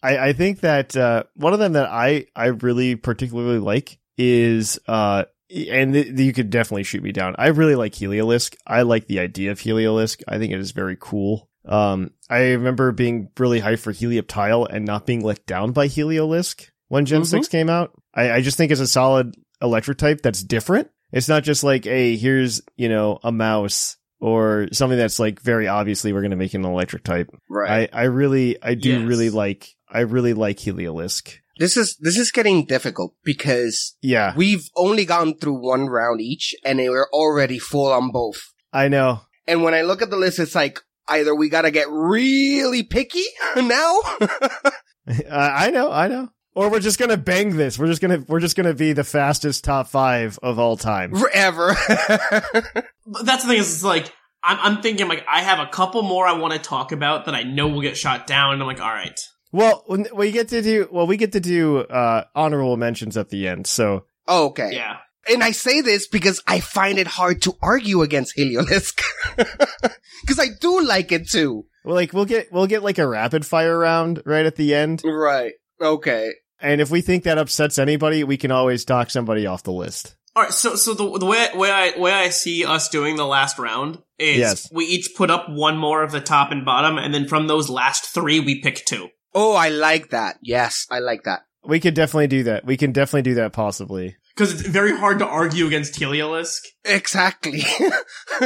Speaker 2: I, I think that uh, one of them that I I really particularly like is uh, and th- you could definitely shoot me down. I really like Heliolisk. I like the idea of Heliolisk. I think it is very cool. Um, I remember being really hyped for Helioptile and not being let down by Heliolisk when general
Speaker 5: Mhm.
Speaker 2: Six came out. I, I just think it's a solid electric type that's different. It's not just like, hey, here's you know a mouse or something that's like very obviously we're going to make it an electric type.
Speaker 5: Right.
Speaker 2: I, I really, I do
Speaker 4: Yes.
Speaker 2: really like, I really like Heliolisk.
Speaker 5: this is this is getting difficult because
Speaker 2: Yeah,
Speaker 5: we've only gone through one round each and they were already full on both.
Speaker 2: I know.
Speaker 5: And when I look at the list, it's like either we gotta get really picky now.
Speaker 2: I I know, I know. Or we're just gonna bang this. We're just gonna, we're just gonna be the fastest top five of all time.
Speaker 5: Forever.
Speaker 4: But that's the thing is, it's like I'm, I'm thinking like I have a couple more I want to talk about that I know will get shot down. And I'm like, all right,
Speaker 2: Well, when- we get to do, well, we get to do uh honorable mentions at the end. So
Speaker 5: oh, okay.
Speaker 4: yeah.
Speaker 5: And I say this because I find it hard to argue against Heliolisk. Because I do like it too.
Speaker 2: well, like we'll get, we'll get like a rapid fire round right at the end.
Speaker 5: Right. Okay.
Speaker 2: And if we think that upsets anybody, we can always knock somebody off the list.
Speaker 4: All right, so so the, the way way I way I see us doing the last round is
Speaker 2: Yes.
Speaker 4: we each put up one more of the top and bottom, and then from those last three we pick two.
Speaker 5: Oh, I like that. Yes, I like that.
Speaker 2: We could definitely do that. We can definitely do that. Possibly.
Speaker 4: Because it's very hard to argue against Heliolisk
Speaker 5: Exactly.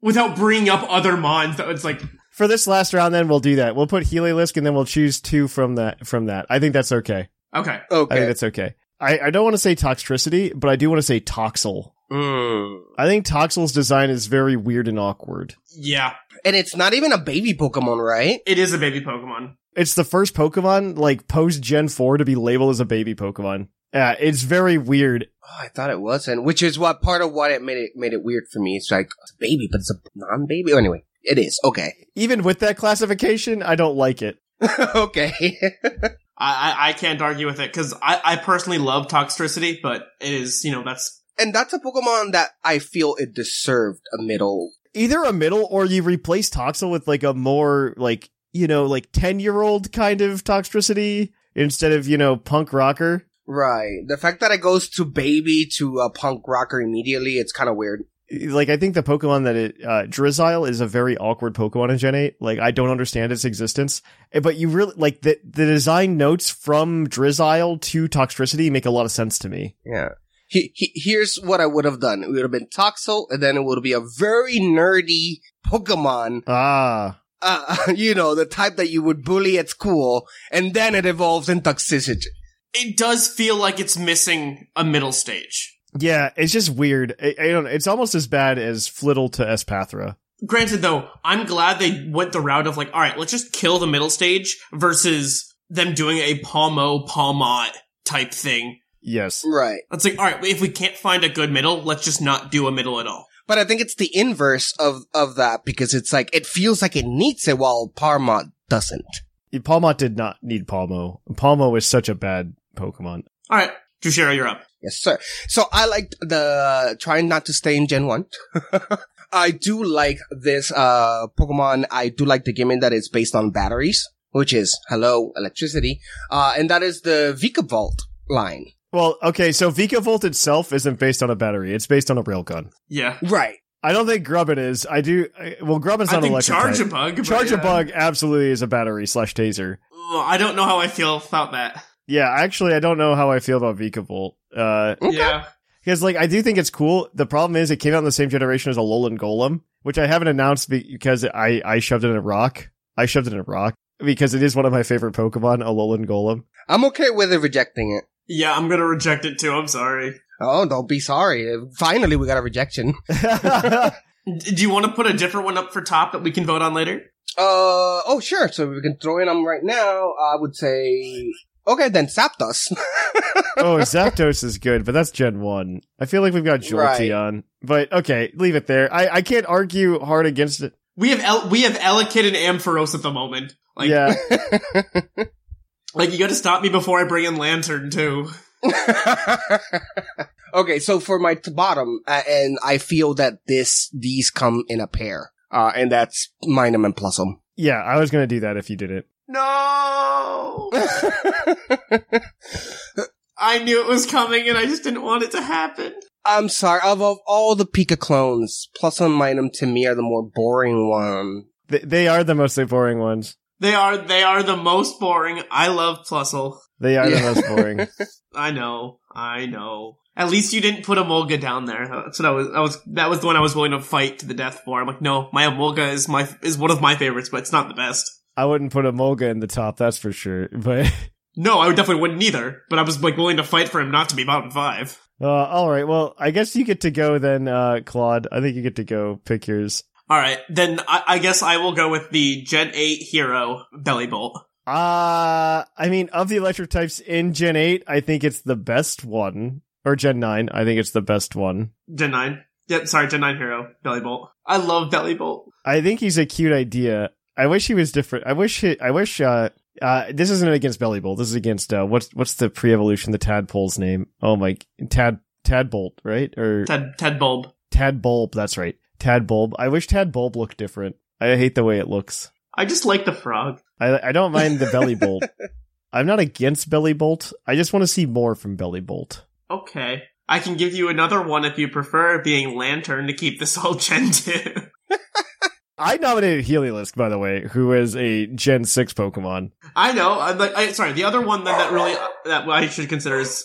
Speaker 4: without bringing up other mons. That it's like
Speaker 2: For this last round, then we'll do that. We'll put Heliolisk, and then we'll choose two from that. From that, I think that's okay.
Speaker 4: okay,
Speaker 2: I think
Speaker 5: okay.
Speaker 2: that's okay. I, I don't want to say toxicity, but I do want to say toxel.
Speaker 5: Mm.
Speaker 2: I think toxel's design is very weird and awkward.
Speaker 4: yeah,
Speaker 5: And it's not even a baby Pokemon, right?
Speaker 4: it is a baby Pokemon.
Speaker 2: It's the first Pokemon, like post Gen four, to be labeled as a baby Pokemon. Uh, it's very weird.
Speaker 5: Oh, I thought it wasn't, which is what part of what it made it made it weird for me. It's like it's a baby, but it's a non-baby. Oh, anyway, it is okay.
Speaker 2: Even with that classification, I don't like it.
Speaker 5: okay.
Speaker 4: I I, I can't argue with it because I I personally love Toxtricity, but it is you know that's
Speaker 5: and that's a Pokemon that I feel it deserved a middle.
Speaker 2: Either a middle or you replace Toxel with like a more like you know like ten year old kind of toxicity instead of you know punk rocker.
Speaker 5: Right. The fact that it goes to baby to a punk rocker immediately, it's kind of weird.
Speaker 2: like I think the Pokemon that it uh, Drizzile is a very awkward Pokemon in Gen Eight. Like I don't understand its existence, Eh, but you really like the the design notes from Drizzile to Toxtricity make a lot of sense to me.
Speaker 5: Yeah. He, he, here's what I would have done. It would have been Toxel, and then it would be a very nerdy Pokemon
Speaker 2: Ah,
Speaker 5: uh, you know, the type that you would bully at school, and then it evolves in toxicity.
Speaker 4: it does feel like it's missing a middle stage.
Speaker 2: yeah, it's just weird. I, I don't. It's almost as bad as Flittle to Espathra.
Speaker 4: Granted, though, I'm glad they went the route of like, all right, let's just kill the middle stage versus them doing a Palmo Palmot type thing.
Speaker 2: Yes,
Speaker 5: Right.
Speaker 4: It's like, all right, if we can't find a good middle, let's just not do a middle at all.
Speaker 5: But I think it's the inverse of, of that because it's like, it feels like it needs it while Parmod doesn't.
Speaker 2: Palmot did not need Palmo. Palmo is such a bad Pokemon.
Speaker 4: All right, Jushiro, you're up.
Speaker 5: Yes, sir. So I liked the trying not to stay in Gen 1. I do like this, uh, Pokemon. I do like the gimmick that it's based on batteries, which is, hello, electricity. Uh, and that is the Vika Vault line.
Speaker 2: Well, okay, so Vikavolt itself isn't based on a battery; it's based on a railgun.
Speaker 4: Yeah.
Speaker 5: Right.
Speaker 2: I don't think Grubbin is. I do. I, well, Grubbin's
Speaker 4: I
Speaker 2: not
Speaker 4: think
Speaker 2: electric.
Speaker 4: charge a
Speaker 2: type.
Speaker 4: bug. but
Speaker 2: Charge
Speaker 4: yeah.
Speaker 2: a bug absolutely is a battery slash taser.
Speaker 4: Ugh, I don't know how I feel about that.
Speaker 2: Yeah, actually, I don't know how I feel about Vika Volt. Uh,
Speaker 4: Yeah.
Speaker 2: Because like I do think it's cool. The problem is it came out in the same generation as a Alolan Golem, which I haven't announced be- because I I shoved it in a rock. I shoved it in a rock because it is one of my favorite Pokemon, Alolan Golem.
Speaker 5: I'm okay with it rejecting it.
Speaker 4: Yeah, I'm gonna reject it too. I'm sorry.
Speaker 5: Oh, don't be sorry. Finally, we got a rejection.
Speaker 4: D- Do you want to put a different one up for top that we can vote on later?
Speaker 5: Uh oh, sure. So we can throw in them right now. I would say okay, then Zapdos.
Speaker 2: oh, Zapdos is good, but that's Gen One. I feel like we've got
Speaker 5: Right.
Speaker 2: Jolteon, but okay, leave it there. I I can't argue hard against it.
Speaker 4: We have El- we have Elekid and Ampharos at the moment. Like,
Speaker 2: yeah,
Speaker 4: like you got to stop me before I bring in Lantern too.
Speaker 5: okay, so for my t- bottom, uh, and I feel that this these come in a pair, uh, and that's Minum and Plusum.
Speaker 2: yeah. I was gonna do that if you did it.
Speaker 4: No, I knew it was coming, and I just didn't want it to happen.
Speaker 5: I'm sorry. Of, of all the Pika clones, Plusum, Minum to me are the more boring one.
Speaker 2: They, they are the mostly boring ones.
Speaker 4: They are they are the most boring. I love Plusle.
Speaker 2: They are
Speaker 5: Yeah.
Speaker 2: the most boring.
Speaker 4: I know, I know. At least you didn't put Emolga down there. That's what I was. I was. That was the one I was willing to fight to the death for. I'm like, no, my Emolga is my is one of my favorites, but it's not the best.
Speaker 2: I wouldn't put a Molga in the top, that's for sure. But
Speaker 4: No, I definitely wouldn't either. But I was like willing to fight for him not to be bottom five.
Speaker 2: Uh, all right. Well, I guess you get to go then, uh, Claude. I think you get to go pick yours.
Speaker 4: All right, then I, I guess I will go with the Gen Eight hero Belly Bolt.
Speaker 2: Uh, I mean, of the electric types in Gen 8, I think it's the best one. Or Gen 9, I think it's the best one.
Speaker 4: Gen Nine. Yep, sorry, Gen Nine hero Belly Bolt. I love Belly Bolt.
Speaker 2: I think he's a cute idea. I wish he was different. I wish he, I wish, uh, uh, this isn't against Belly Bolt. This is against, uh, what's, what's the pre-evolution, the tadpole's name? Oh my, tad, tadbolt, right? Or
Speaker 4: Ted Ted Bulb.
Speaker 2: tadbulb, that's right. Tadbulb. I wish tadbulb looked different. I hate the way it looks.
Speaker 4: I just like the frog.
Speaker 2: I I don't mind the belly bolt. I'm not against belly bolt. I just want to see more from belly bolt.
Speaker 4: Okay. I can give you another one if you prefer being Lantern to keep this all Gen 2.
Speaker 2: I nominated Heliolisk, by the way, who is a Gen Six Pokemon.
Speaker 4: I know. I'm like, I, sorry. The other one then that really uh, that I should consider is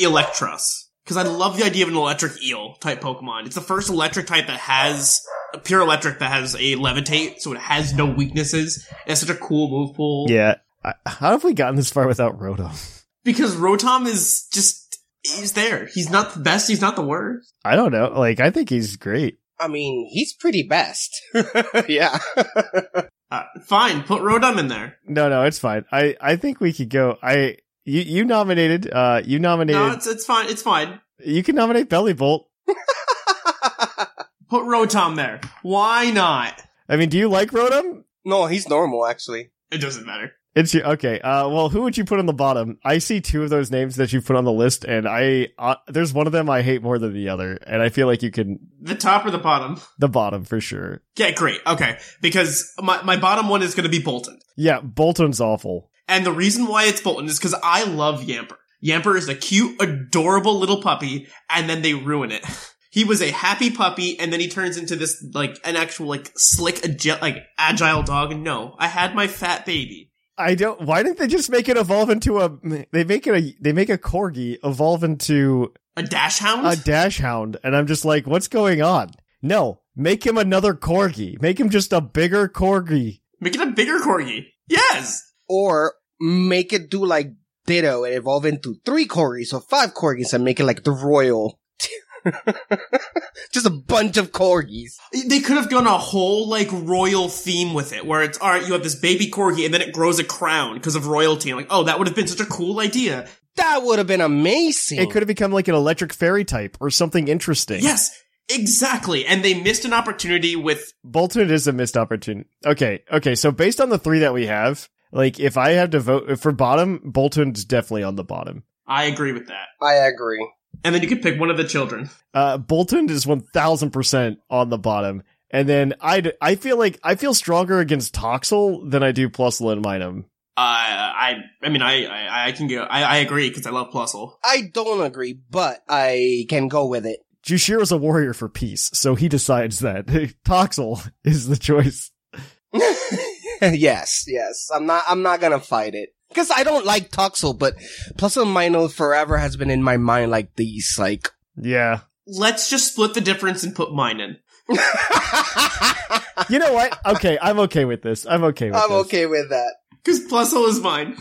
Speaker 4: Electros because I love the idea of an electric eel type Pokemon. It's the first electric type that has a pure electric that has a levitate, so it has no weaknesses. It's such a cool move pool.
Speaker 2: Yeah. I, how have we gotten this far without Rotom?
Speaker 4: because Rotom is just he's there. He's not the best. He's not the worst.
Speaker 2: I don't know. Like I think he's great.
Speaker 5: I mean, he's pretty best. yeah.
Speaker 4: Uh, fine, put Rotom in there.
Speaker 2: No, no, it's fine. I I think we could go. I you you nominated. Uh, you nominated.
Speaker 4: No, it's it's fine. It's fine.
Speaker 2: you can nominate Belly Bolt.
Speaker 4: Put Rotom there. Why not?
Speaker 2: I mean, do you like Rotom?
Speaker 5: no, he's normal actually.
Speaker 4: It doesn't matter.
Speaker 2: It's your, okay. Uh, well, who would you put on the bottom? I see two of those names that you put on the list, and I uh, there's one of them I hate more than the other, and I feel like you can
Speaker 4: The top or the bottom?
Speaker 2: the bottom for sure.
Speaker 4: Yeah, great. Okay. Because my, my bottom one is going to be Bolton.
Speaker 2: Yeah, Bolton's awful.
Speaker 4: And the reason why it's Bolton is because I love Yamper. Yamper is a cute, adorable little puppy, and then they ruin it. He was a happy puppy, and then he turns into this, like, an actual, like, slick, agi- like, agile dog. No, I had my fat baby.
Speaker 2: I don't. Why didn't they just make it evolve into a? They make it a. They make a corgi evolve into
Speaker 4: A dash hound?
Speaker 2: a dash hound, and I'm just like, what's going on? No, make him another corgi. Make him just a bigger corgi.
Speaker 4: Make it a bigger corgi. Yes!
Speaker 5: Or make it do like Ditto and evolve into three corgis or five corgis and make it like the royal. Just a bunch of corgis.
Speaker 4: They could have done a whole like royal theme with it, where it's all right. You have this baby corgi, and then it grows a crown because of royalty. I'm like, oh, that would have been such a cool idea.
Speaker 5: That would have been amazing.
Speaker 2: It could have become like an electric fairy type or something interesting.
Speaker 4: Yes, exactly. And they missed an opportunity with
Speaker 2: Bolton is a missed opportunity. Okay, okay. So based on the three that we have, like if I have to vote for bottom, Bolton's definitely on the bottom.
Speaker 4: I agree with that.
Speaker 5: I agree.
Speaker 4: And then you could pick one of the children.
Speaker 2: Uh, Bolton is one thousand percent on the bottom, and then I I feel like I feel stronger against Toxel than I do Plusle and Minum.
Speaker 4: Uh, I I mean I I, I can go I, I agree because I love Plusle.
Speaker 5: I don't agree, but I can go with it.
Speaker 2: Jushiro's a warrior for peace, so he decides that Toxel is the choice.
Speaker 5: yes, yes. I'm not. I'm not gonna fight it because I don't like Toxel. But plus and minus forever has been in my mind like these. Like
Speaker 2: Yeah.
Speaker 4: Let's just split the difference and put mine in.
Speaker 2: You know what? Okay, I'm okay with this. I'm okay with
Speaker 5: I'm
Speaker 2: this.
Speaker 5: okay with that.
Speaker 4: Because Plusle is mine.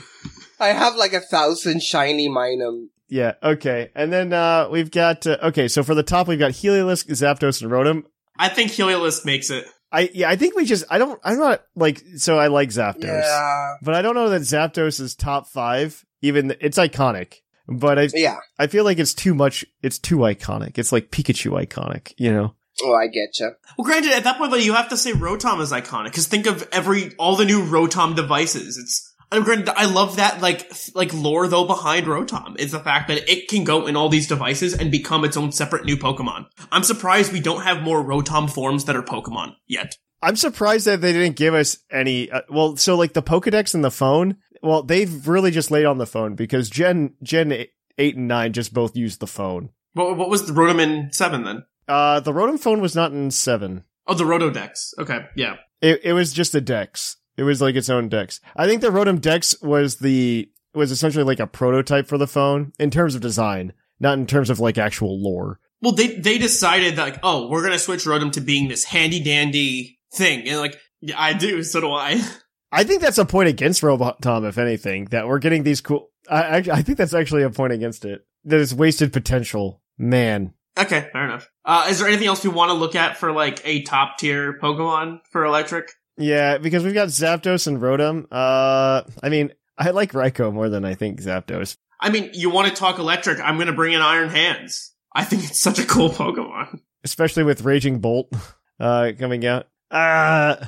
Speaker 5: I have like a thousand shiny Minum.
Speaker 2: Yeah, okay. And then uh we've got uh, okay, so for the top we've got Heliolisk, Zapdos, and Rotom.
Speaker 4: I think Heliolus makes it.
Speaker 2: I yeah, I think we just I don't I'm not like so I like Zapdos.
Speaker 5: Yeah,
Speaker 2: But I don't know that Zapdos is top five. Even th- it's iconic. But I
Speaker 5: yeah.
Speaker 2: I feel like it's too much it's too iconic. It's like Pikachu iconic, you know.
Speaker 5: Oh, I get you.
Speaker 4: Well, granted, at that point though, you have to say Rotom is iconic because think of every all the new Rotom devices. It's I'm granted, I love that like like lore though behind Rotom is the fact that it can go in all these devices and become its own separate new Pokemon. I'm surprised we don't have more Rotom forms that are Pokemon yet.
Speaker 2: I'm surprised that they didn't give us any. Uh, well, so like the Pokedex and the phone. Well, they've really just laid on the phone because Gen Gen eight- eight and nine just both used the phone.
Speaker 4: What, what was the Rotom in seven then?
Speaker 2: Uh, the Rotom phone was not in seven.
Speaker 4: Oh, the Rotodex. Okay, yeah.
Speaker 2: It it was just a Dex. It was like its own Dex. I think the Rotom Dex was the was essentially like a prototype for the phone in terms of design, not in terms of like actual lore.
Speaker 4: Well, they they decided that, like, oh, we're gonna switch Rotom to being this handy dandy thing, and like, yeah, I do. So do I.
Speaker 2: I think that's a point against Robot Tom, if anything, that we're getting these cool. I, I I think that's actually a point against it. That it's wasted potential. Man,
Speaker 4: Okay, fair enough. Uh, is there anything else we want to look at for like a top tier Pokemon for Electric?
Speaker 2: Yeah, because we've got Zapdos and Rotom. Uh, I mean, I like Raikou more than I think Zapdos.
Speaker 4: I mean, you want to talk Electric? I'm going to bring in Iron Hands. I think it's such a cool Pokemon.
Speaker 2: especially with Raging Bolt uh, coming out. Uh,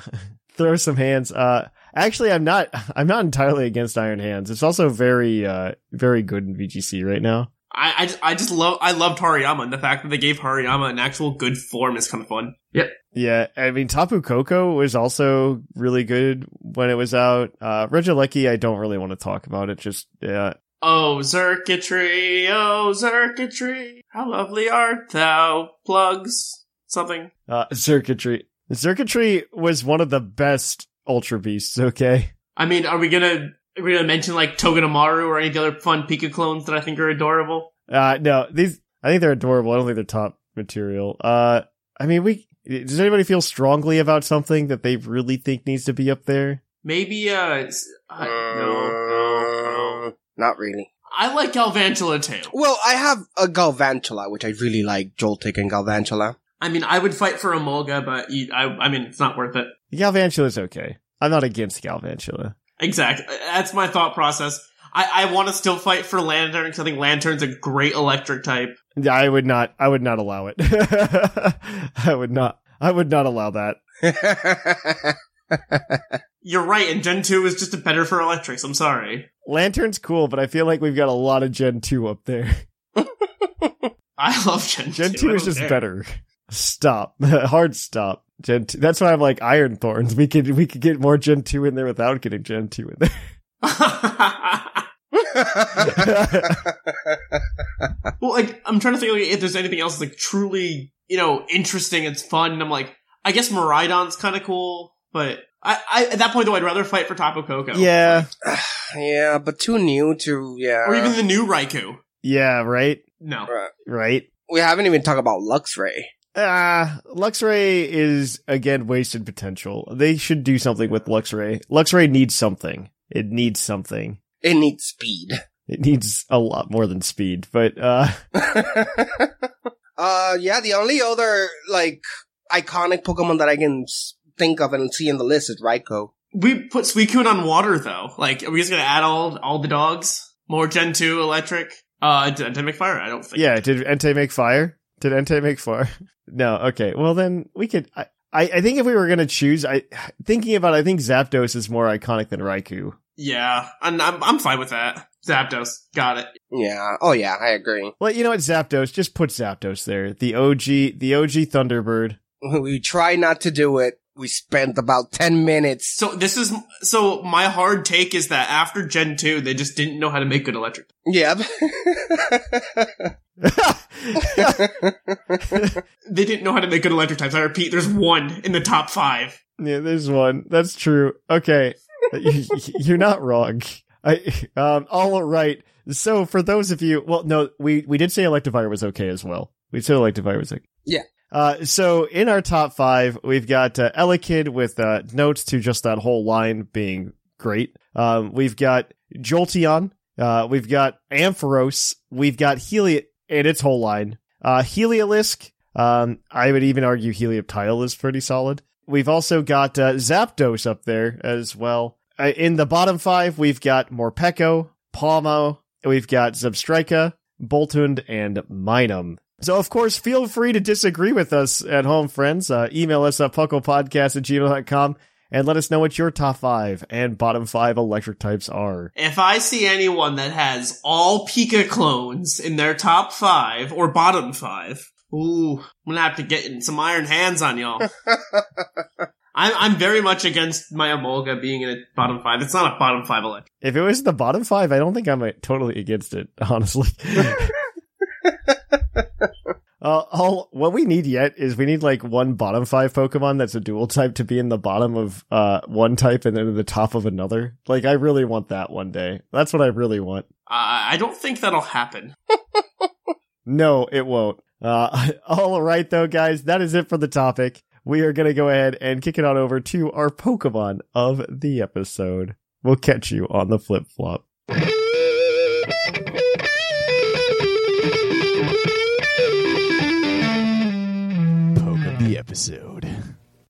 Speaker 2: throw some hands. Uh, actually, I'm not. I'm not entirely against Iron Hands. It's also very, uh, very good in VGC right now.
Speaker 4: I, I, just, I just love I loved Hariyama and the fact that they gave Hariyama an actual good form is kind of fun. Yep.
Speaker 2: Yeah, I mean Tapu Koko was also really good when it was out. Uh, Regieleki, I don't really want to talk about it. Just yeah,
Speaker 4: Oh circuitry, oh circuitry, how lovely art thou? Plugs something.
Speaker 2: uh, circuitry. Circuitry was one of the best Ultra Beasts. Okay.
Speaker 4: I mean, are we gonna are we gonna mention like Togedemaru or any of the other fun Pika clones that I think are adorable?
Speaker 2: Uh, no, these, I think they're adorable. I don't think they're top material. Uh, I mean, we, does anybody feel strongly about something that they really think needs to be up there?
Speaker 4: Maybe uh, it's, I,
Speaker 5: Uh.
Speaker 4: no, no, no.
Speaker 5: Not really.
Speaker 4: I like Galvantula too.
Speaker 5: Well, I have a Galvantula, which I really like. Joltik and Galvantula.
Speaker 4: I mean, I would fight for Emolga, but you, I, I mean, it's not worth it.
Speaker 2: Galvantula's okay. I'm not against Galvantula.
Speaker 4: Exactly. That's my thought process. I, I want to still fight for Lantern because I think Lantern's a great electric type.
Speaker 2: I would not, I would not allow it. I would not, I would not allow that.
Speaker 4: You're right, and Gen 2 is just better for electrics. I'm sorry.
Speaker 2: Lantern's cool, but I feel like we've got a lot of Gen 2 up there.
Speaker 4: I love Gen,
Speaker 2: Gen
Speaker 4: 2.
Speaker 2: 2
Speaker 4: I
Speaker 2: is
Speaker 4: don't
Speaker 2: just
Speaker 4: care.
Speaker 2: better. Stop. Hard stop. Gen 2. That's why I'm like Iron Thorns. We could, we could get more Gen 2 in there without getting Gen 2 in there.
Speaker 4: well, like, I'm trying to think like, if there's anything else like truly, you know, interesting. It's fun. And I'm like, I guess Maridon's kind of cool, but I, I at that point though, I'd rather fight for Tapu Koko.
Speaker 2: Yeah.
Speaker 5: yeah, but too new to yeah.
Speaker 4: Or even the new Raikou.
Speaker 2: Yeah, right?
Speaker 4: No.
Speaker 5: Right.
Speaker 2: Right?
Speaker 5: we haven't even talked about Luxray.
Speaker 2: Ah, Luxray is again wasted potential. They should do something with Luxray. Luxray needs something. It needs something.
Speaker 5: It needs speed.
Speaker 2: It needs a lot more than speed, but uh
Speaker 5: uh, yeah, the only other like iconic Pokemon that I can s- think of and see in the list is Raikou.
Speaker 4: We put Suicune on water though. Like, are we just gonna add all all the dogs? More Gen two electric. Uh, d- Dynamic Fire. I don't think.
Speaker 2: yeah, did Entei make fire? Did Entei make fire? No, okay. Well then we could I I, I think if we were gonna choose I thinking about it, I think Zapdos is more iconic than Raikou.
Speaker 4: Yeah. And I'm I'm fine with that. Zapdos. Got it.
Speaker 5: Yeah. Oh yeah, I agree.
Speaker 2: Well, you know what, Zapdos, just put Zapdos there. The OG the OG Thunderbird.
Speaker 5: We try not to do it. We spent about 10 minutes.
Speaker 4: So this is so my hard take is that after Gen 2 they just didn't know how to make good electric.
Speaker 5: Yep.
Speaker 4: They didn't know how to make good electric types. I repeat, there's one in the top 5.
Speaker 2: Yeah, there's one. That's true. Okay. You're not wrong. I um all right. So for those of you well no, we we did say Electivire was okay as well. We said Electivire was okay.
Speaker 5: Yeah.
Speaker 2: Uh so in our top 5, we've got uh, Elekid with uh notes to just that whole line being great. Um we've got Jolteon, uh we've got Ampharos, we've got Heliot and its whole line. Uh Heliolisk, um I would even argue Helioptile is pretty solid. We've also got uh, Zapdos up there as well. Uh, in the bottom five, we've got Morpeko, Palmo, we've got Zebstrika, Boltund, and Minum. So, of course, feel free to disagree with us at home, friends. Uh, email us at pucklepodcast at gmail.com and let us know what your top five and bottom five electric types are.
Speaker 4: If I see anyone that has all Pika clones in their top 5 or bottom 5, ooh, I'm going to have to get in some iron hands on y'all. I'm, I'm very much against Maya Molga being in a bottom 5. It's not a bottom 5 electric.
Speaker 2: If it was the bottom five, I don't think I'm uh, totally against it, honestly. uh, all what we need yet is we need like one bottom five Pokemon that's a dual type to be in the bottom of uh one type and then in the top of another. Like I really want that one day. That's what I really want.
Speaker 4: Uh, I don't think that'll happen.
Speaker 2: No, it won't. Uh, all right though, guys, that is it for the topic. We are gonna go ahead and kick it on over to our Pokemon of the episode. We'll catch you on the flip flop.
Speaker 6: Poke of the episode.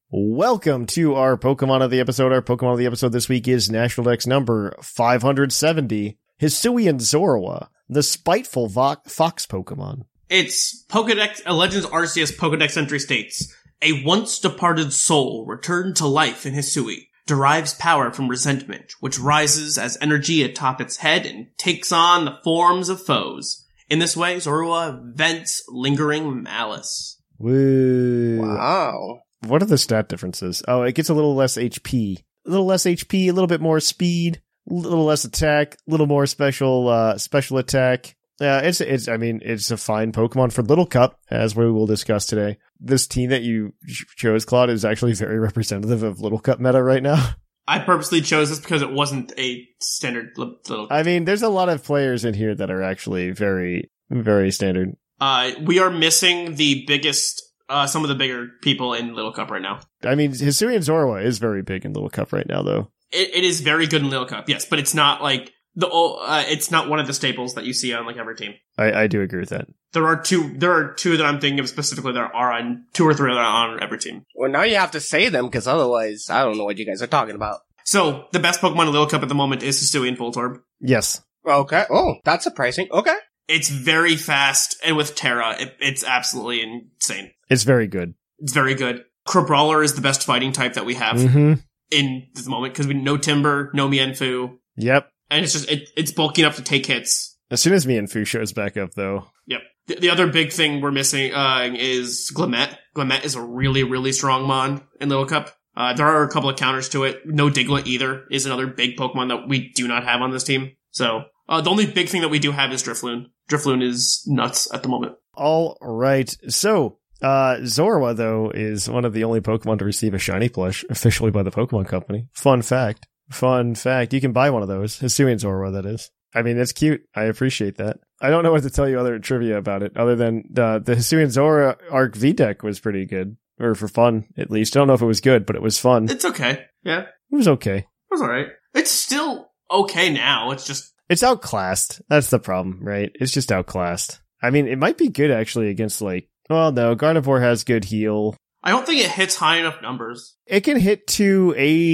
Speaker 2: Welcome to our Pokemon of the episode. Our Pokemon of the episode this week is National Dex number 570, Hisuian Zorua, the spiteful vo- fox Pokemon.
Speaker 4: It's Pokedex uh, Legends Arceus Pokedex entry states a once departed soul returned to life in Hisui derives power from resentment, which rises as energy atop its head and takes on the forms of foes. In this way, Zorua vents lingering malice.
Speaker 2: Woo.
Speaker 5: wow.
Speaker 2: What are the stat differences? Oh, it gets a little less HP, a little less HP, a little bit more speed, a little less attack, a little more special uh, special attack. Uh, it's it's I mean it's a fine Pokemon for Little Cup as we will discuss today. This team that you ch- chose, Claude, is actually very representative of Little Cup meta right now.
Speaker 4: I purposely chose this because it wasn't a standard li- little.
Speaker 2: I mean, there's a lot of players in here that are actually very very standard.
Speaker 4: Uh, we are missing the biggest, uh, some of the bigger people in Little Cup right now.
Speaker 2: I mean, Hisuian Zorua is very big in Little Cup right now, though.
Speaker 4: It, it is very good in Little Cup, yes, but it's not like the ol- uh, it's not one of the staples that you see on like every team.
Speaker 2: I, I do agree with that.
Speaker 4: There are two. There are two that I'm thinking of specifically that are on two or three that are on every team.
Speaker 5: Well, now you have to say them because otherwise, I don't know what you guys are talking about.
Speaker 4: So the best Pokemon in Little Cup at the moment is Hisuian Voltorb.
Speaker 2: Yes,
Speaker 5: Okay. Oh, that's surprising. Okay.
Speaker 4: It's very fast, and with Terra, it, it's absolutely insane.
Speaker 2: it's very good.
Speaker 4: It's very good. Crabrawler is the best fighting type that we have
Speaker 2: Mm-hmm.
Speaker 4: in this moment because we no Timber, no Mienfu,
Speaker 2: Yep.
Speaker 4: and it's just it, it's bulky enough to take hits.
Speaker 2: As soon as me and Fu shows back up, though,
Speaker 4: Yep. The, the other big thing we're missing uh, is Glamet. Glamet is a really, really strong Mon in Little Cup. Uh, there are a couple of counters to it. No Diglett either is another big Pokemon that we do not have on this team. So uh, the only big thing that we do have is Drifloon. Drifloon is nuts at the moment.
Speaker 2: All right. So, uh, Zorua, though, is one of the only Pokemon to receive a shiny plush officially by the Pokemon Company. Fun fact. Fun fact. You can buy one of those. Hisuian Zorua, that is. I mean, it's cute. I appreciate that. I don't know what to tell you other trivia about it, other than uh, the, the Hisuian Zorua Arc V deck was pretty good. Or for fun, at least. I don't know if it was good, but it was fun. It
Speaker 4: It's okay. Yeah,
Speaker 2: was okay.
Speaker 4: it's all right. It's still okay now. It's just
Speaker 2: It's outclassed. That's the problem, right? It's just outclassed. I mean, it might be good actually against like, well, no, Gardevoir has good heal.
Speaker 4: I don't think it hits high enough numbers.
Speaker 2: It can hit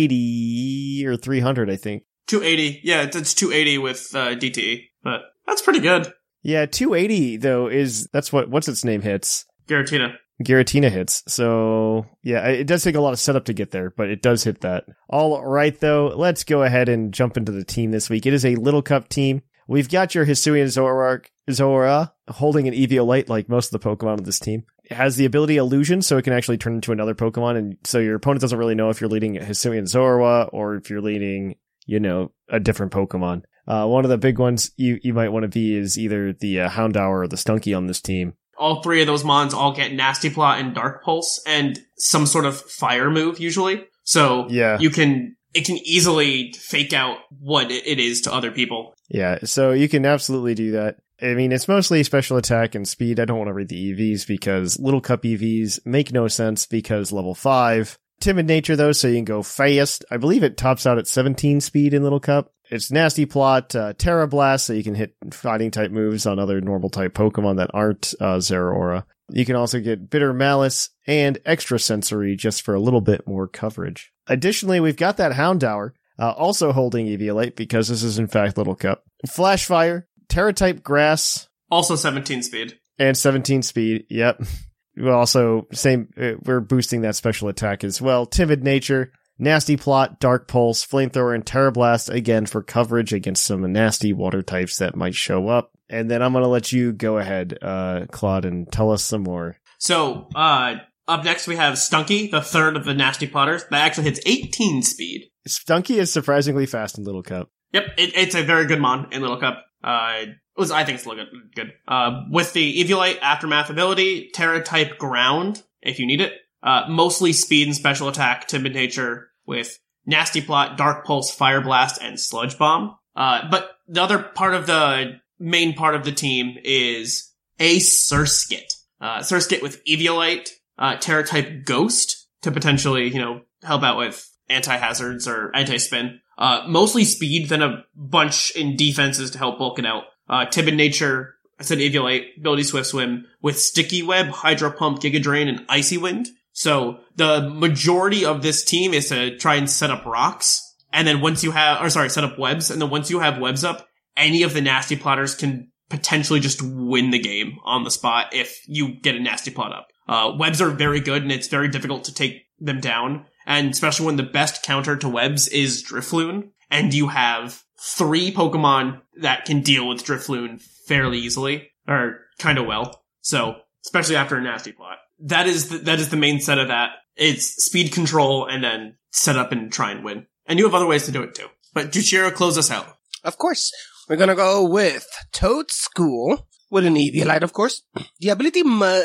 Speaker 2: 280 or 300, I think.
Speaker 4: 280. Yeah, it's, it's 280 with uh, DTE, but that's pretty good.
Speaker 2: Yeah, 280 though is that's what what's its name hits.
Speaker 4: Giratina.
Speaker 2: Giratina hits. So, yeah, it does take a lot of setup to get there, but it does hit that. All right though, let's go ahead and jump into the team this week. It is a Little Cup team. We've got your Hisuian Zoroark, Zora holding an Eviolite like most of the Pokemon of this team. It has the ability Illusion, so it can actually turn into another Pokemon, and so your opponent doesn't really know if you're leading Hisuian Zorua or if you're leading, you know, a different Pokemon. Uh, one of the big ones you, you might want to be is either the uh, Houndour or the Stunky on this team.
Speaker 4: All three of those mons all get Nasty Plot and Dark Pulse and some sort of fire move usually. So
Speaker 2: Yeah.
Speaker 4: you can it can easily fake out what it it is to other people.
Speaker 2: Yeah, so you can absolutely do that. I mean, it's mostly special attack and speed. I don't want to read the EVs because little cup EVs make no sense because level five. Timid nature though, so you can go fast. I believe it tops out at 17 speed in little cup. It's nasty plot, uh, Terra Blast, so you can hit fighting type moves on other normal type Pokemon that aren't uh, Zeraora. You can also get Bitter Malice and Extra Sensory just for a little bit more coverage. Additionally, we've got that Houndour, uh, also holding Eviolite because this is in fact Little Cup. Flash Fire, Terra type Grass,
Speaker 4: Also 17 speed.
Speaker 2: and 17 speed. Yep. We're also same. uh, We're boosting that special attack as well. Timid Nature, Nasty Plot, Dark Pulse, Flamethrower, and Terra Blast again for coverage against some nasty water types that might show up. And then I'm gonna let you go ahead, uh, Claude, and tell us some more.
Speaker 4: So, uh, up next we have Stunky, the third of the Nasty Plotters. That actually hits 18 speed.
Speaker 2: Stunky is surprisingly fast in Little Cup.
Speaker 4: Yep, it, it's a very good mon in Little Cup. Uh, it was I think it's Little Cup- good. Uh, with the Eviolite Aftermath ability, Terra type Ground, if you need it. Uh, mostly speed and special attack, Timid Nature, with Nasty Plot, Dark Pulse, Fire Blast, and Sludge Bomb. Uh, but the other part of the main part of the team is a Surskit. Uh, Surskit with Eviolite, uh, Terra type Ghost to potentially, you know, help out with anti-hazards or anti-spin. Uh, mostly speed, then a bunch in defenses to help bulk it out. Uh, Timid Nature, I said Eviolite, ability Swift Swim with Sticky Web, Hydro Pump, Giga Drain, and Icy Wind. So the majority of this team is to try and set up rocks. And then once you have, or sorry, set up webs. And then once you have webs up, any of the nasty plotters can potentially just win the game on the spot if you get a nasty plot up. Uh, webs are very good and it's very difficult to take them down. And especially when the best counter to webs is Drifloon and you have three Pokemon that can deal with Drifloon fairly easily or kind of well. So especially after a nasty plot, that is the, that is the main set of that. It's speed control and then set up and try and win. And you have other ways to do it too. But Juchiro, close us out.
Speaker 5: Of course. We're gonna go with Toad School with an Eviolite, of course. The ability my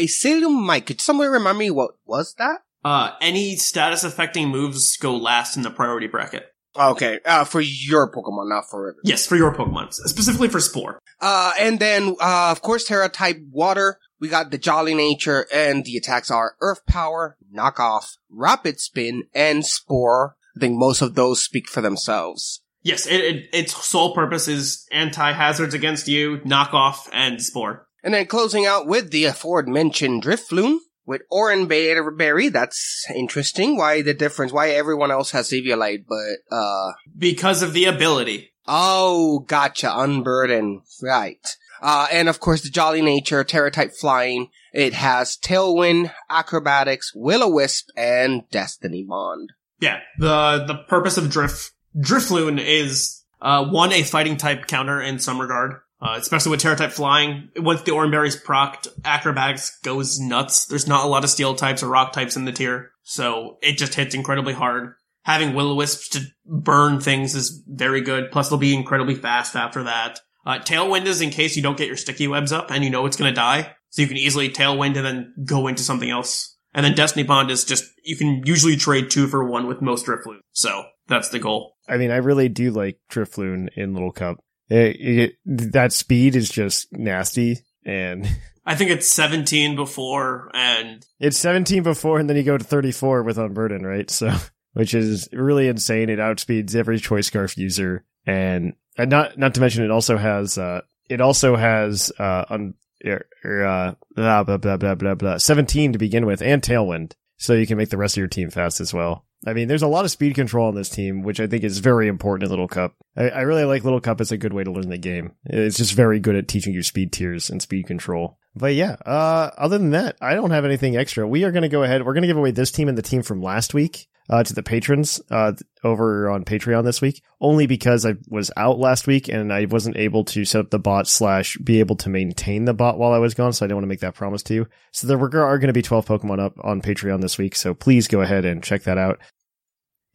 Speaker 5: Mycelium Mike. Could somebody remind me what was that?
Speaker 4: Uh, any status affecting moves go last in the priority bracket.
Speaker 5: Okay, uh, for your Pokemon, not for everyone.
Speaker 4: Yes, for your Pokemon, specifically for Spore.
Speaker 5: Uh, and then, uh, of course, Terra type water. We got the Jolly Nature, and the attacks are Earth Power, Knock Off, Rapid Spin, and Spore. I think most of those speak for themselves.
Speaker 4: Yes, it, it, its sole purpose is anti hazards against you, knockoff, and Spore.
Speaker 5: And then closing out with the aforementioned Drifloon with Oran Berry. That's interesting. Why the difference? Why everyone else has Eviolite, but, uh,
Speaker 4: Because of the ability.
Speaker 5: oh, gotcha, Unburden. Right. Uh, and of course, the Jolly Nature, Terra type flying. It has Tailwind, Acrobatics, Will-O-Wisp, and Destiny Bond.
Speaker 4: Yeah, the the purpose of Drift Drifloon is uh, one a fighting type counter in some regard, uh, especially with Terra type flying. Once the Oranberry's procced, acrobatics goes nuts. There's not a lot of steel types or rock types in the tier, so it just hits incredibly hard. Having will o wisps to burn things is very good. Plus, they'll be incredibly fast after that. Uh, tailwind is in case you don't get your sticky webs up and you know it's going to die, so you can easily tailwind and then go into something else. And then Destiny Bond is just you can usually trade two for one with most Drifloon, so that's the goal.
Speaker 2: I mean, I really do like Drifloon in Little Cup. It- it- that speed is just nasty, and
Speaker 4: I think it's 17 before, and
Speaker 2: It's 17 before, and then you go to 34 with Unburden, right? So, which is really insane. It outspeeds every Choice Scarf user, and, and not not to mention it also has uh it also has uh un er, er, uh blah blah blah blah blah blah 17 to begin with, and Tailwind, so you can make the rest of your team fast as well. I mean, there's a lot of speed control on this team, which I think is very important in Little Cup. I, I really like Little Cup. It's a good way to learn the game. It's just very good at teaching you speed tiers and speed control. But yeah, uh, other than that, I don't have anything extra. We are going to go ahead. We're going to give away this team and the team from last week. uh, to the patrons uh, over on Patreon this week, only because I was out last week and I wasn't able to set up the bot slash be able to maintain the bot while I was gone. So I didn't want to make that promise to you. So there were, are going to be 12 Pokemon up on Patreon this week. So please go ahead and check that out.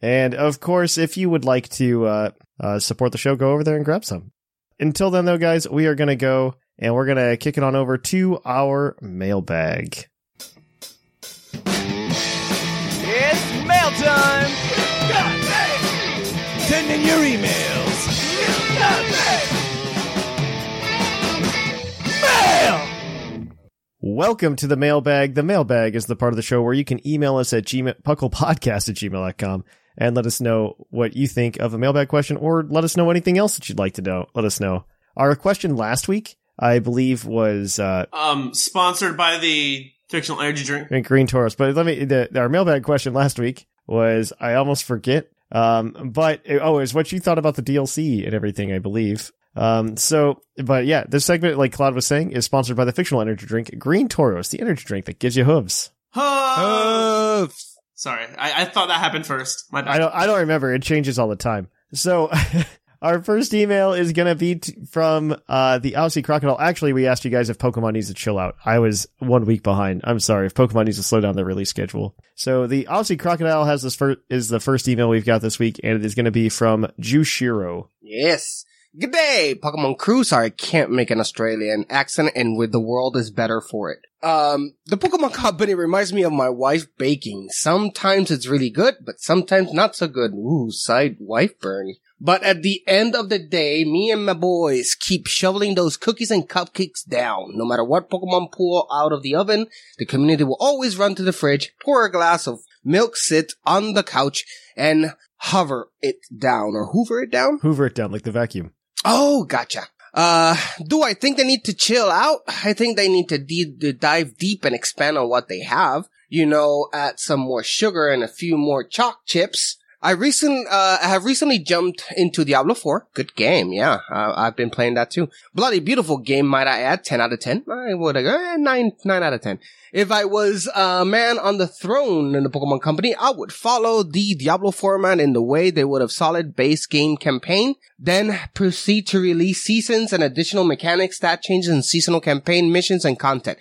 Speaker 2: And of course, if you would like to uh, uh, support the show, go over there and grab some. Until then, though, guys, we are going to go and we're going to kick it on over to our mailbag.
Speaker 6: It's mail time! Send in your emails! Mail!
Speaker 2: Welcome to the mailbag. The mailbag is the part of the show where you can email us at gmail, pucklepodcast at gmail.com and let us know what you think of a mailbag question or let us know anything else that you'd like to know. Let us know. Our question last week, I believe, was uh,
Speaker 4: Um, sponsored by the fictional energy drink.
Speaker 2: and Green Taurus. But let me, the, our mailbag question last week was, I almost forget. Um, but oh, it's what you thought about the DLC and everything, I believe. Um, so, but yeah, this segment, like Claude was saying, is sponsored by the fictional energy drink Green Taurus, the energy drink that gives you hooves.
Speaker 6: Uh.
Speaker 4: Huh.
Speaker 5: Oh,
Speaker 4: Sorry, I, I thought that happened first. My bad.
Speaker 2: I don't, I don't remember. It changes all the time. So our first email is going to be t- from, uh, the Aussie Crocodile. Actually, we asked you guys if Pokemon needs to chill out. I was one week behind. I'm sorry. If Pokemon needs to slow down their release schedule. So the Aussie Crocodile has this first, is the first email we've got this week and it is going to be from Jushiro.
Speaker 5: Yes. Good day, Pokemon crew. Sorry, I can't make an Australian accent and with the world is better for it. Um, the Pokemon company reminds me of my wife baking. Sometimes it's really good, but sometimes not so good. Ooh, side wife burn. But at the end of the day, me and my boys keep shoveling those cookies and cupcakes down. No matter what Pokemon pull out of the oven, the community will always run to the fridge, pour a glass of milk, sit on the couch, and hover it down or hoover it down.
Speaker 2: Hoover it down like the vacuum.
Speaker 5: Oh, gotcha. Uh, do I think they need to chill out? I think they need to, de- to dive deep and expand on what they have. You know, add some more sugar and a few more chalk chips. I recent, uh, I have recently jumped into Diablo 4. Good game, yeah. Uh, I've been playing that too. Bloody beautiful game, might I add. 10 out of 10. I would, uh, 9, 9 out of 10. If I was a man on the throne in the Pokemon Company, I would follow the Diablo format in the way they would have solid base game campaign, then proceed to release seasons and additional mechanics, stat changes, and seasonal campaign missions and content.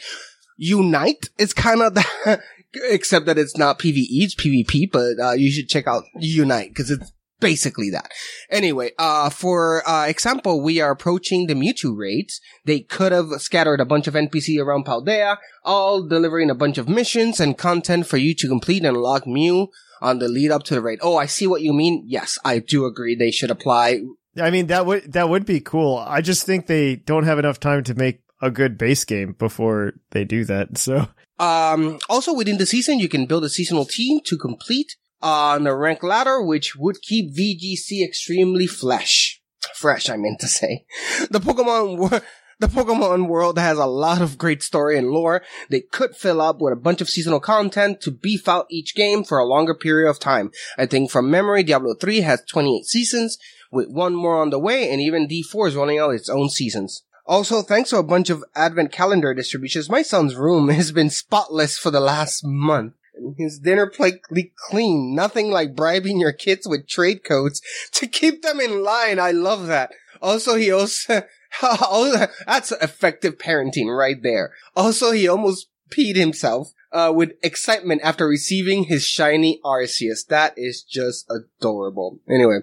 Speaker 5: Unite is kind of the, except that it's not PvE, it's PvP, but uh, you should check out Unite because it's basically that. Anyway, uh, for uh, example, we are approaching the Mewtwo raids. They could have scattered a bunch of NPC around Paldea, all delivering a bunch of missions and content for you to complete and unlock Mew on the lead up to the raid. Oh, I see what you mean. Yes, I do agree. They should apply
Speaker 2: I mean, that would, that would be cool. I just think they don't have enough time to make a good base game before they do that. So
Speaker 5: Um, also within the season, you can build a seasonal team to complete uh, on a rank ladder, which would keep VGC extremely flesh. Fresh, I meant to say. The Pokemon wor- the Pokemon world has a lot of great story and lore. They could fill up with a bunch of seasonal content to beef out each game for a longer period of time. I think from memory, Diablo 3 has 28 seasons, with one more on the way, and even D4 is rolling out its own seasons. Also, thanks to a bunch of advent calendar distributions, my son's room has been spotless for the last month. and His dinner plate clean. Nothing like bribing your kids with trade codes to keep them in line. I love that. Also, he also, oh, that's effective parenting right there. Also, he almost peed himself, uh, with excitement after receiving his shiny Arceus. That is just adorable. Anyway,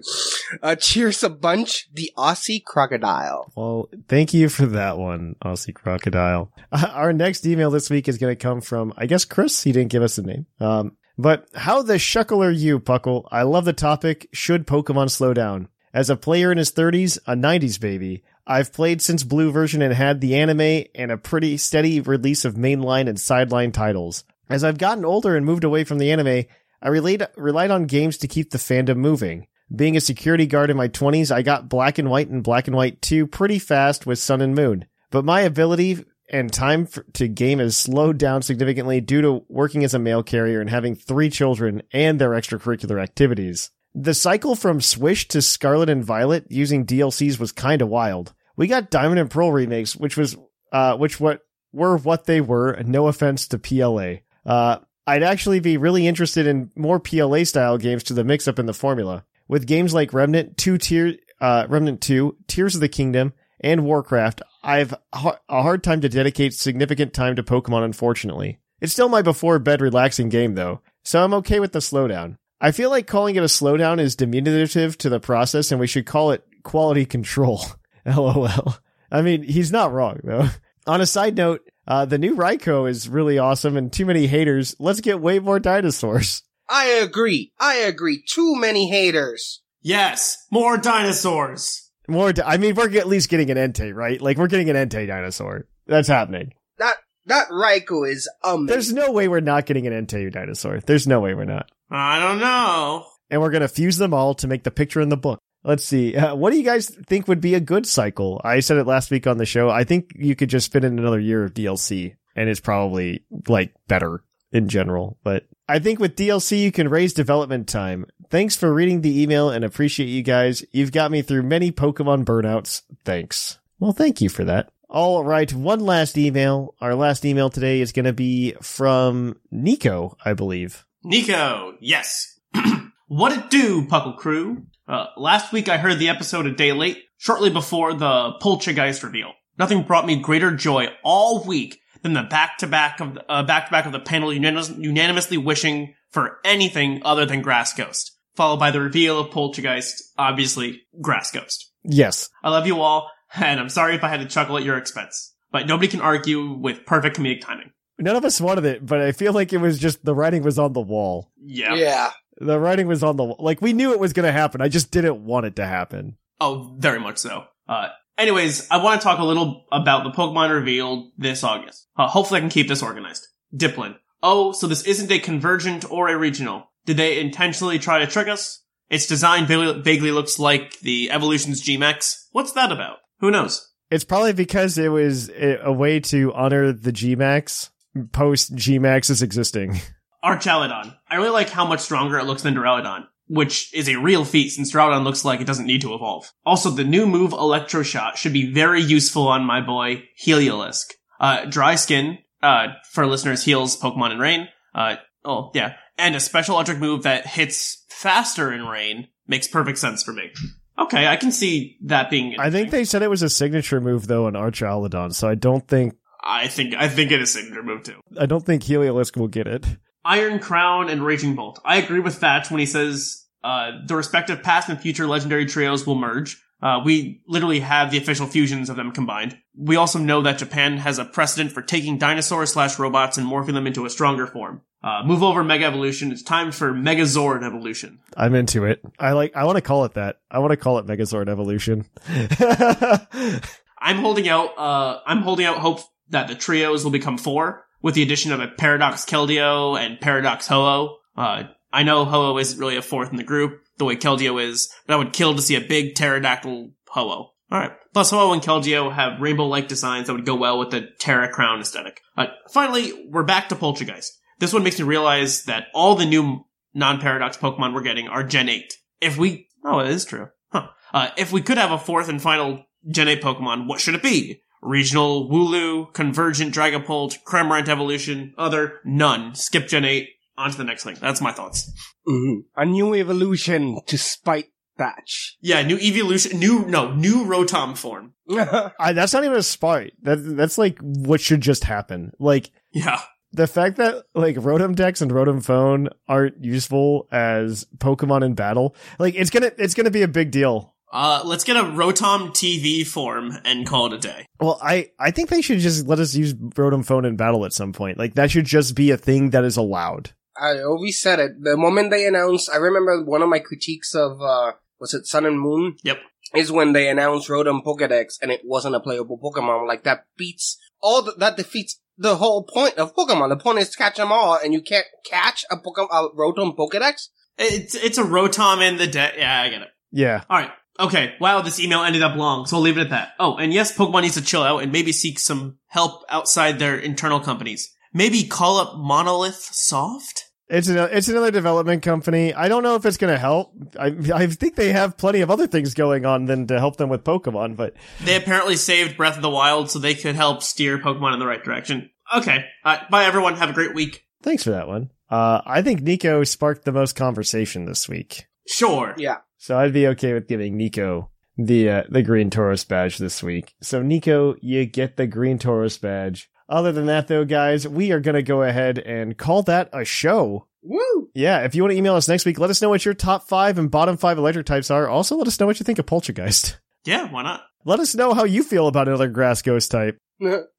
Speaker 5: uh, cheers a bunch. The Aussie crocodile.
Speaker 2: Well, thank you for that one, Aussie Crocodile. Uh, Our next email this week is going to come from, I guess, Chris. He didn't give us a name. Um, but how the shuckle are you, Puckle? I love the topic. Should Pokemon slow down? As a player in his 30s, a 90s baby, I've played since Blue version and had the anime and a pretty steady release of mainline and sideline titles. As I've gotten older and moved away from the anime, I relied, relied on games to keep the fandom moving. Being a security guard in my 20s, I got Black and White and Black and White 2 pretty fast with Sun and Moon. But my ability and time for, to game has slowed down significantly due to working as a mail carrier and having three children and their extracurricular activities. The cycle from Swish to Scarlet and Violet using DLCs was kinda wild. We got Diamond and Pearl remakes, which was, uh, which what were what they were, no offense to PLA. Uh, I'd actually be really interested in more PLA style games to the mix up in the formula. With games like Remnant 2 tier uh Remnant 2, Tears of the Kingdom, and Warcraft, I've har- a hard time to dedicate significant time to Pokemon unfortunately. It's still my before bed relaxing game though, so I'm okay with the slowdown. I feel like calling it a slowdown is diminutive to the process and we should call it quality control. LOL. I mean, he's not wrong though. On a side note, uh, the new Raikou is really awesome and too many haters. Let's get way more dinosaurs.
Speaker 3: I agree. I agree. Too many haters.
Speaker 4: Yes, more dinosaurs.
Speaker 2: More, di- I mean, we're at least getting an Entei, right? Like, we're getting an Entei dinosaur. That's happening.
Speaker 3: That that Raikou is amazing.
Speaker 2: There's no way we're not getting an Entei dinosaur. There's no way we're not.
Speaker 4: I don't know.
Speaker 2: And we're going to fuse them all to make the picture in the book. Let's see. Uh, what do you guys think would be a good cycle? I said it last week on the show. I think you could just fit in another year of DLC and it's probably like better in general. But I think with DLC, you can raise development time. Thanks for reading the email and appreciate you guys. You've got me through many Pokemon burnouts. Thanks. Well, thank you for that. All right. One last email. Our last email today is going to be from Nico, I believe.
Speaker 4: Nico, yes. what it do, Puckle Crew? Uh, last week I heard the episode a day late, shortly before the Poltergeist reveal. Nothing brought me greater joy all week than the back-to-back of the, uh, back-to-back of the panel unanimous, unanimously wishing for anything other than Grass Ghost, followed by the reveal of Poltergeist, obviously Grass Ghost.
Speaker 2: Yes.
Speaker 4: I love you all, and I'm sorry if I had to chuckle at your expense, but nobody can argue with perfect comedic timing.
Speaker 2: None of us wanted it, but I feel like it was just the writing was on the wall.
Speaker 4: Yeah.
Speaker 3: Yeah.
Speaker 2: The writing was on the wall. Like, we knew it was going to happen. I just didn't want it to happen.
Speaker 4: Oh, very much so. Uh, anyways, I want to talk a little about the Pokemon revealed this August. Uh, hopefully I can keep this organized. Diplin. Oh, so this isn't a convergent or a regional. Did they intentionally try to trick us? Its design vaguely vaguely looks like the Evolution's GMX. What's that about? Who knows?
Speaker 2: It's probably because it was a a way to honor the GMAX post GMAX is existing.
Speaker 4: Archaladon. I really like how much stronger it looks than Duraludon, which is a real feat since Duraludon looks like it doesn't need to evolve. Also, the new move Electro Shot should be very useful on my boy Heliolisk. Uh, dry skin, uh, for listeners, heals Pokemon in rain. Uh, oh, yeah. And a special electric move that hits faster in rain makes perfect sense for me. Okay, I can see that being.
Speaker 2: I think
Speaker 4: interesting.
Speaker 2: they said it was a signature move though on Archaeolodon, so I don't think
Speaker 4: I think I think it is signature move too.
Speaker 2: I don't think Heliolisk will get it.
Speaker 4: Iron Crown and Raging Bolt. I agree with Thatch when he says uh, the respective past and future legendary trios will merge. Uh, we literally have the official fusions of them combined. We also know that Japan has a precedent for taking dinosaurs slash robots and morphing them into a stronger form. Uh, move over Mega Evolution. It's time for Megazord Evolution.
Speaker 2: I'm into it. I like I want to call it that. I want to call it Megazord Evolution. I
Speaker 4: I'm holding out. Uh, I'm holding out hope that the trios will become four with the addition of a Paradox Keldeo and Paradox Ho-Oh. Uh, I know Ho-Oh isn't really a fourth in the group the way Keldeo is, but I would kill to see a big pterodactyl Ho-Oh. All right. Plus, Ho-Oh and Keldeo have rainbow-like designs that would go well with the Terra Crown aesthetic. Uh, finally, we're back to Poltergeist. This one makes me realize that all the new non-Paradox Pokemon we're getting are Gen 8. If we... Oh, it is true. Huh. Uh, if we could have a fourth and final Gen 8 Pokemon, what should it be? Regional, Wooloo, Convergent, Dragapult, Cremorant Evolution, other, none. Skip Gen 8, on to the next thing. That's my thoughts.
Speaker 5: Mhm. A new evolution to spite Thatch.
Speaker 4: Yeah, new evolution, new, no, new Rotom form.
Speaker 2: that's not even a spite. That that's like what should just happen. Like
Speaker 4: Yeah.
Speaker 2: the fact that like Rotom Dex and Rotom Phone aren't useful as Pokemon in battle, like it's gonna it's gonna be a big deal.
Speaker 4: Uh, let's get a Rotom TV form and call it a day.
Speaker 2: Well, I I think they should just let us use Rotom Phone in battle at some point. Like that should just be a thing that is allowed.
Speaker 3: I always said it. The moment they announced, I remember one of my critiques of, uh, was it Sun and Moon?
Speaker 4: Yep.
Speaker 3: Is when they announced Rotom Pokedex and it wasn't a playable Pokemon. Like that beats all the, that defeats the whole point of Pokemon. The point is to catch them all and you can't catch a Pokemon, a Rotom Pokedex?
Speaker 4: It's, it's a Rotom in the day. Yeah, I get it.
Speaker 2: Yeah.
Speaker 4: All right. Okay. Wow, this email ended up long, so we'll leave it at that. Oh, and yes, Pokemon needs to chill out and maybe seek some help outside their internal companies. Maybe call up Monolith Soft?
Speaker 2: It's an, it's another development company. I don't know if it's going to help. I I think they have plenty of other things going on than to help them with Pokemon, but
Speaker 4: They apparently saved Breath of the Wild so they could help steer Pokemon in the right direction. Okay. Uh, bye, everyone. Have a great week.
Speaker 2: thanks for that one. Uh, I think Nico sparked the most conversation this week,
Speaker 4: Sure.
Speaker 3: Yeah.
Speaker 2: so I'd be okay with giving Nico the uh, the Green Taurus badge this week. So Nico, you get the Green Taurus badge. Other than that, though, guys, we are gonna go ahead and call that a show.
Speaker 3: Woo!
Speaker 2: Yeah, if you want to email us next week, let us know what your top five and bottom five electric types are. Also, let us know what you think of Poltergeist.
Speaker 4: Yeah, why not?
Speaker 2: Let us know how you feel about another grass ghost type.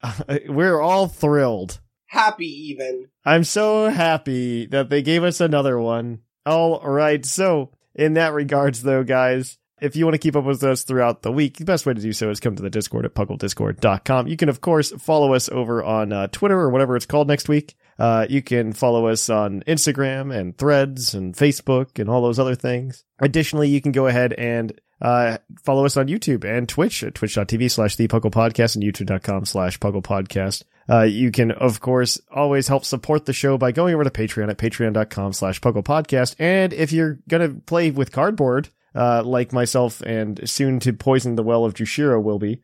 Speaker 2: We're all thrilled.
Speaker 3: Happy even.
Speaker 2: I'm so happy that they gave us another one. All right. So, in that regards, though, guys, if you want to keep up with us throughout the week, the best way to do so is come to the Discord at pucklediscord.com. You can, of course, follow us over on uh, Twitter or whatever it's called next week. Uh, you can follow us on Instagram and threads and Facebook and all those other things. Additionally, you can go ahead and uh, follow us on YouTube and Twitch at twitch.tv slash the Puckle Podcast and youtube.com slash Puckle Podcast. Uh, you can, of course, always help support the show by going over to Patreon at patreon.com slash Puckle Podcast. And if you're going to play with cardboard, uh, like myself and soon to Poison the Well of Jushiro will be,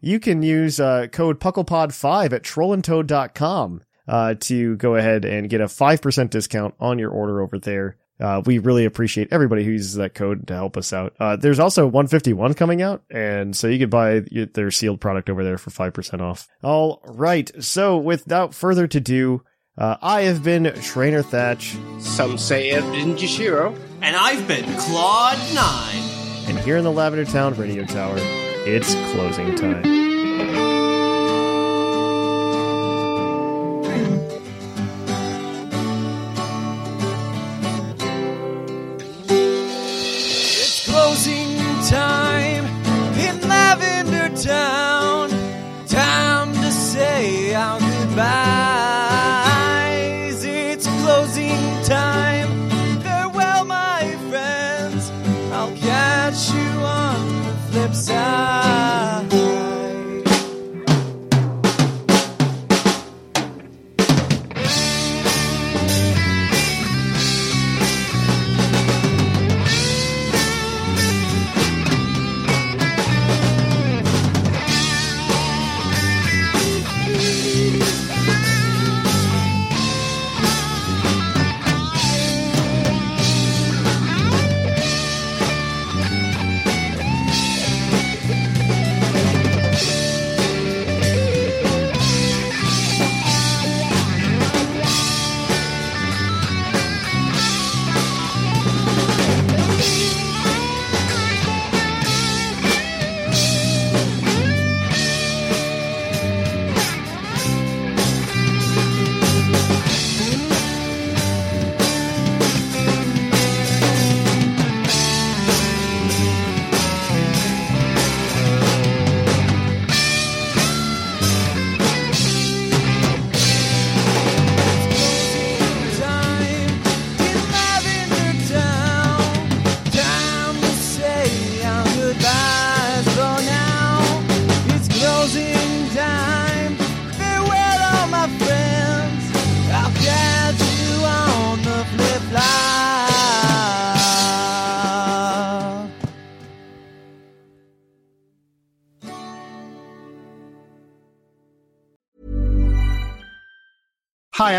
Speaker 2: you can use uh, code PucklePod5 at trollandtoad.com uh, to go ahead and get a 5% discount on your order over there. Uh, we really appreciate everybody who uses that code to help us out. Uh, there's also 151 coming out, and so you could buy y- their sealed product over there for 5% off. All right, so without further to do, uh, I have been Schrainer Thatch,
Speaker 3: Some say it in Jashiro.
Speaker 4: And I've been Claude Nine.
Speaker 2: and here in the Lavender Town Radio Tower, it's closing time.
Speaker 6: It's closing time in Lavender Town. Time to say our goodbyes. It's closing time. Farewell, my friends. I'll catch you on the flip side.
Speaker 9: Hi,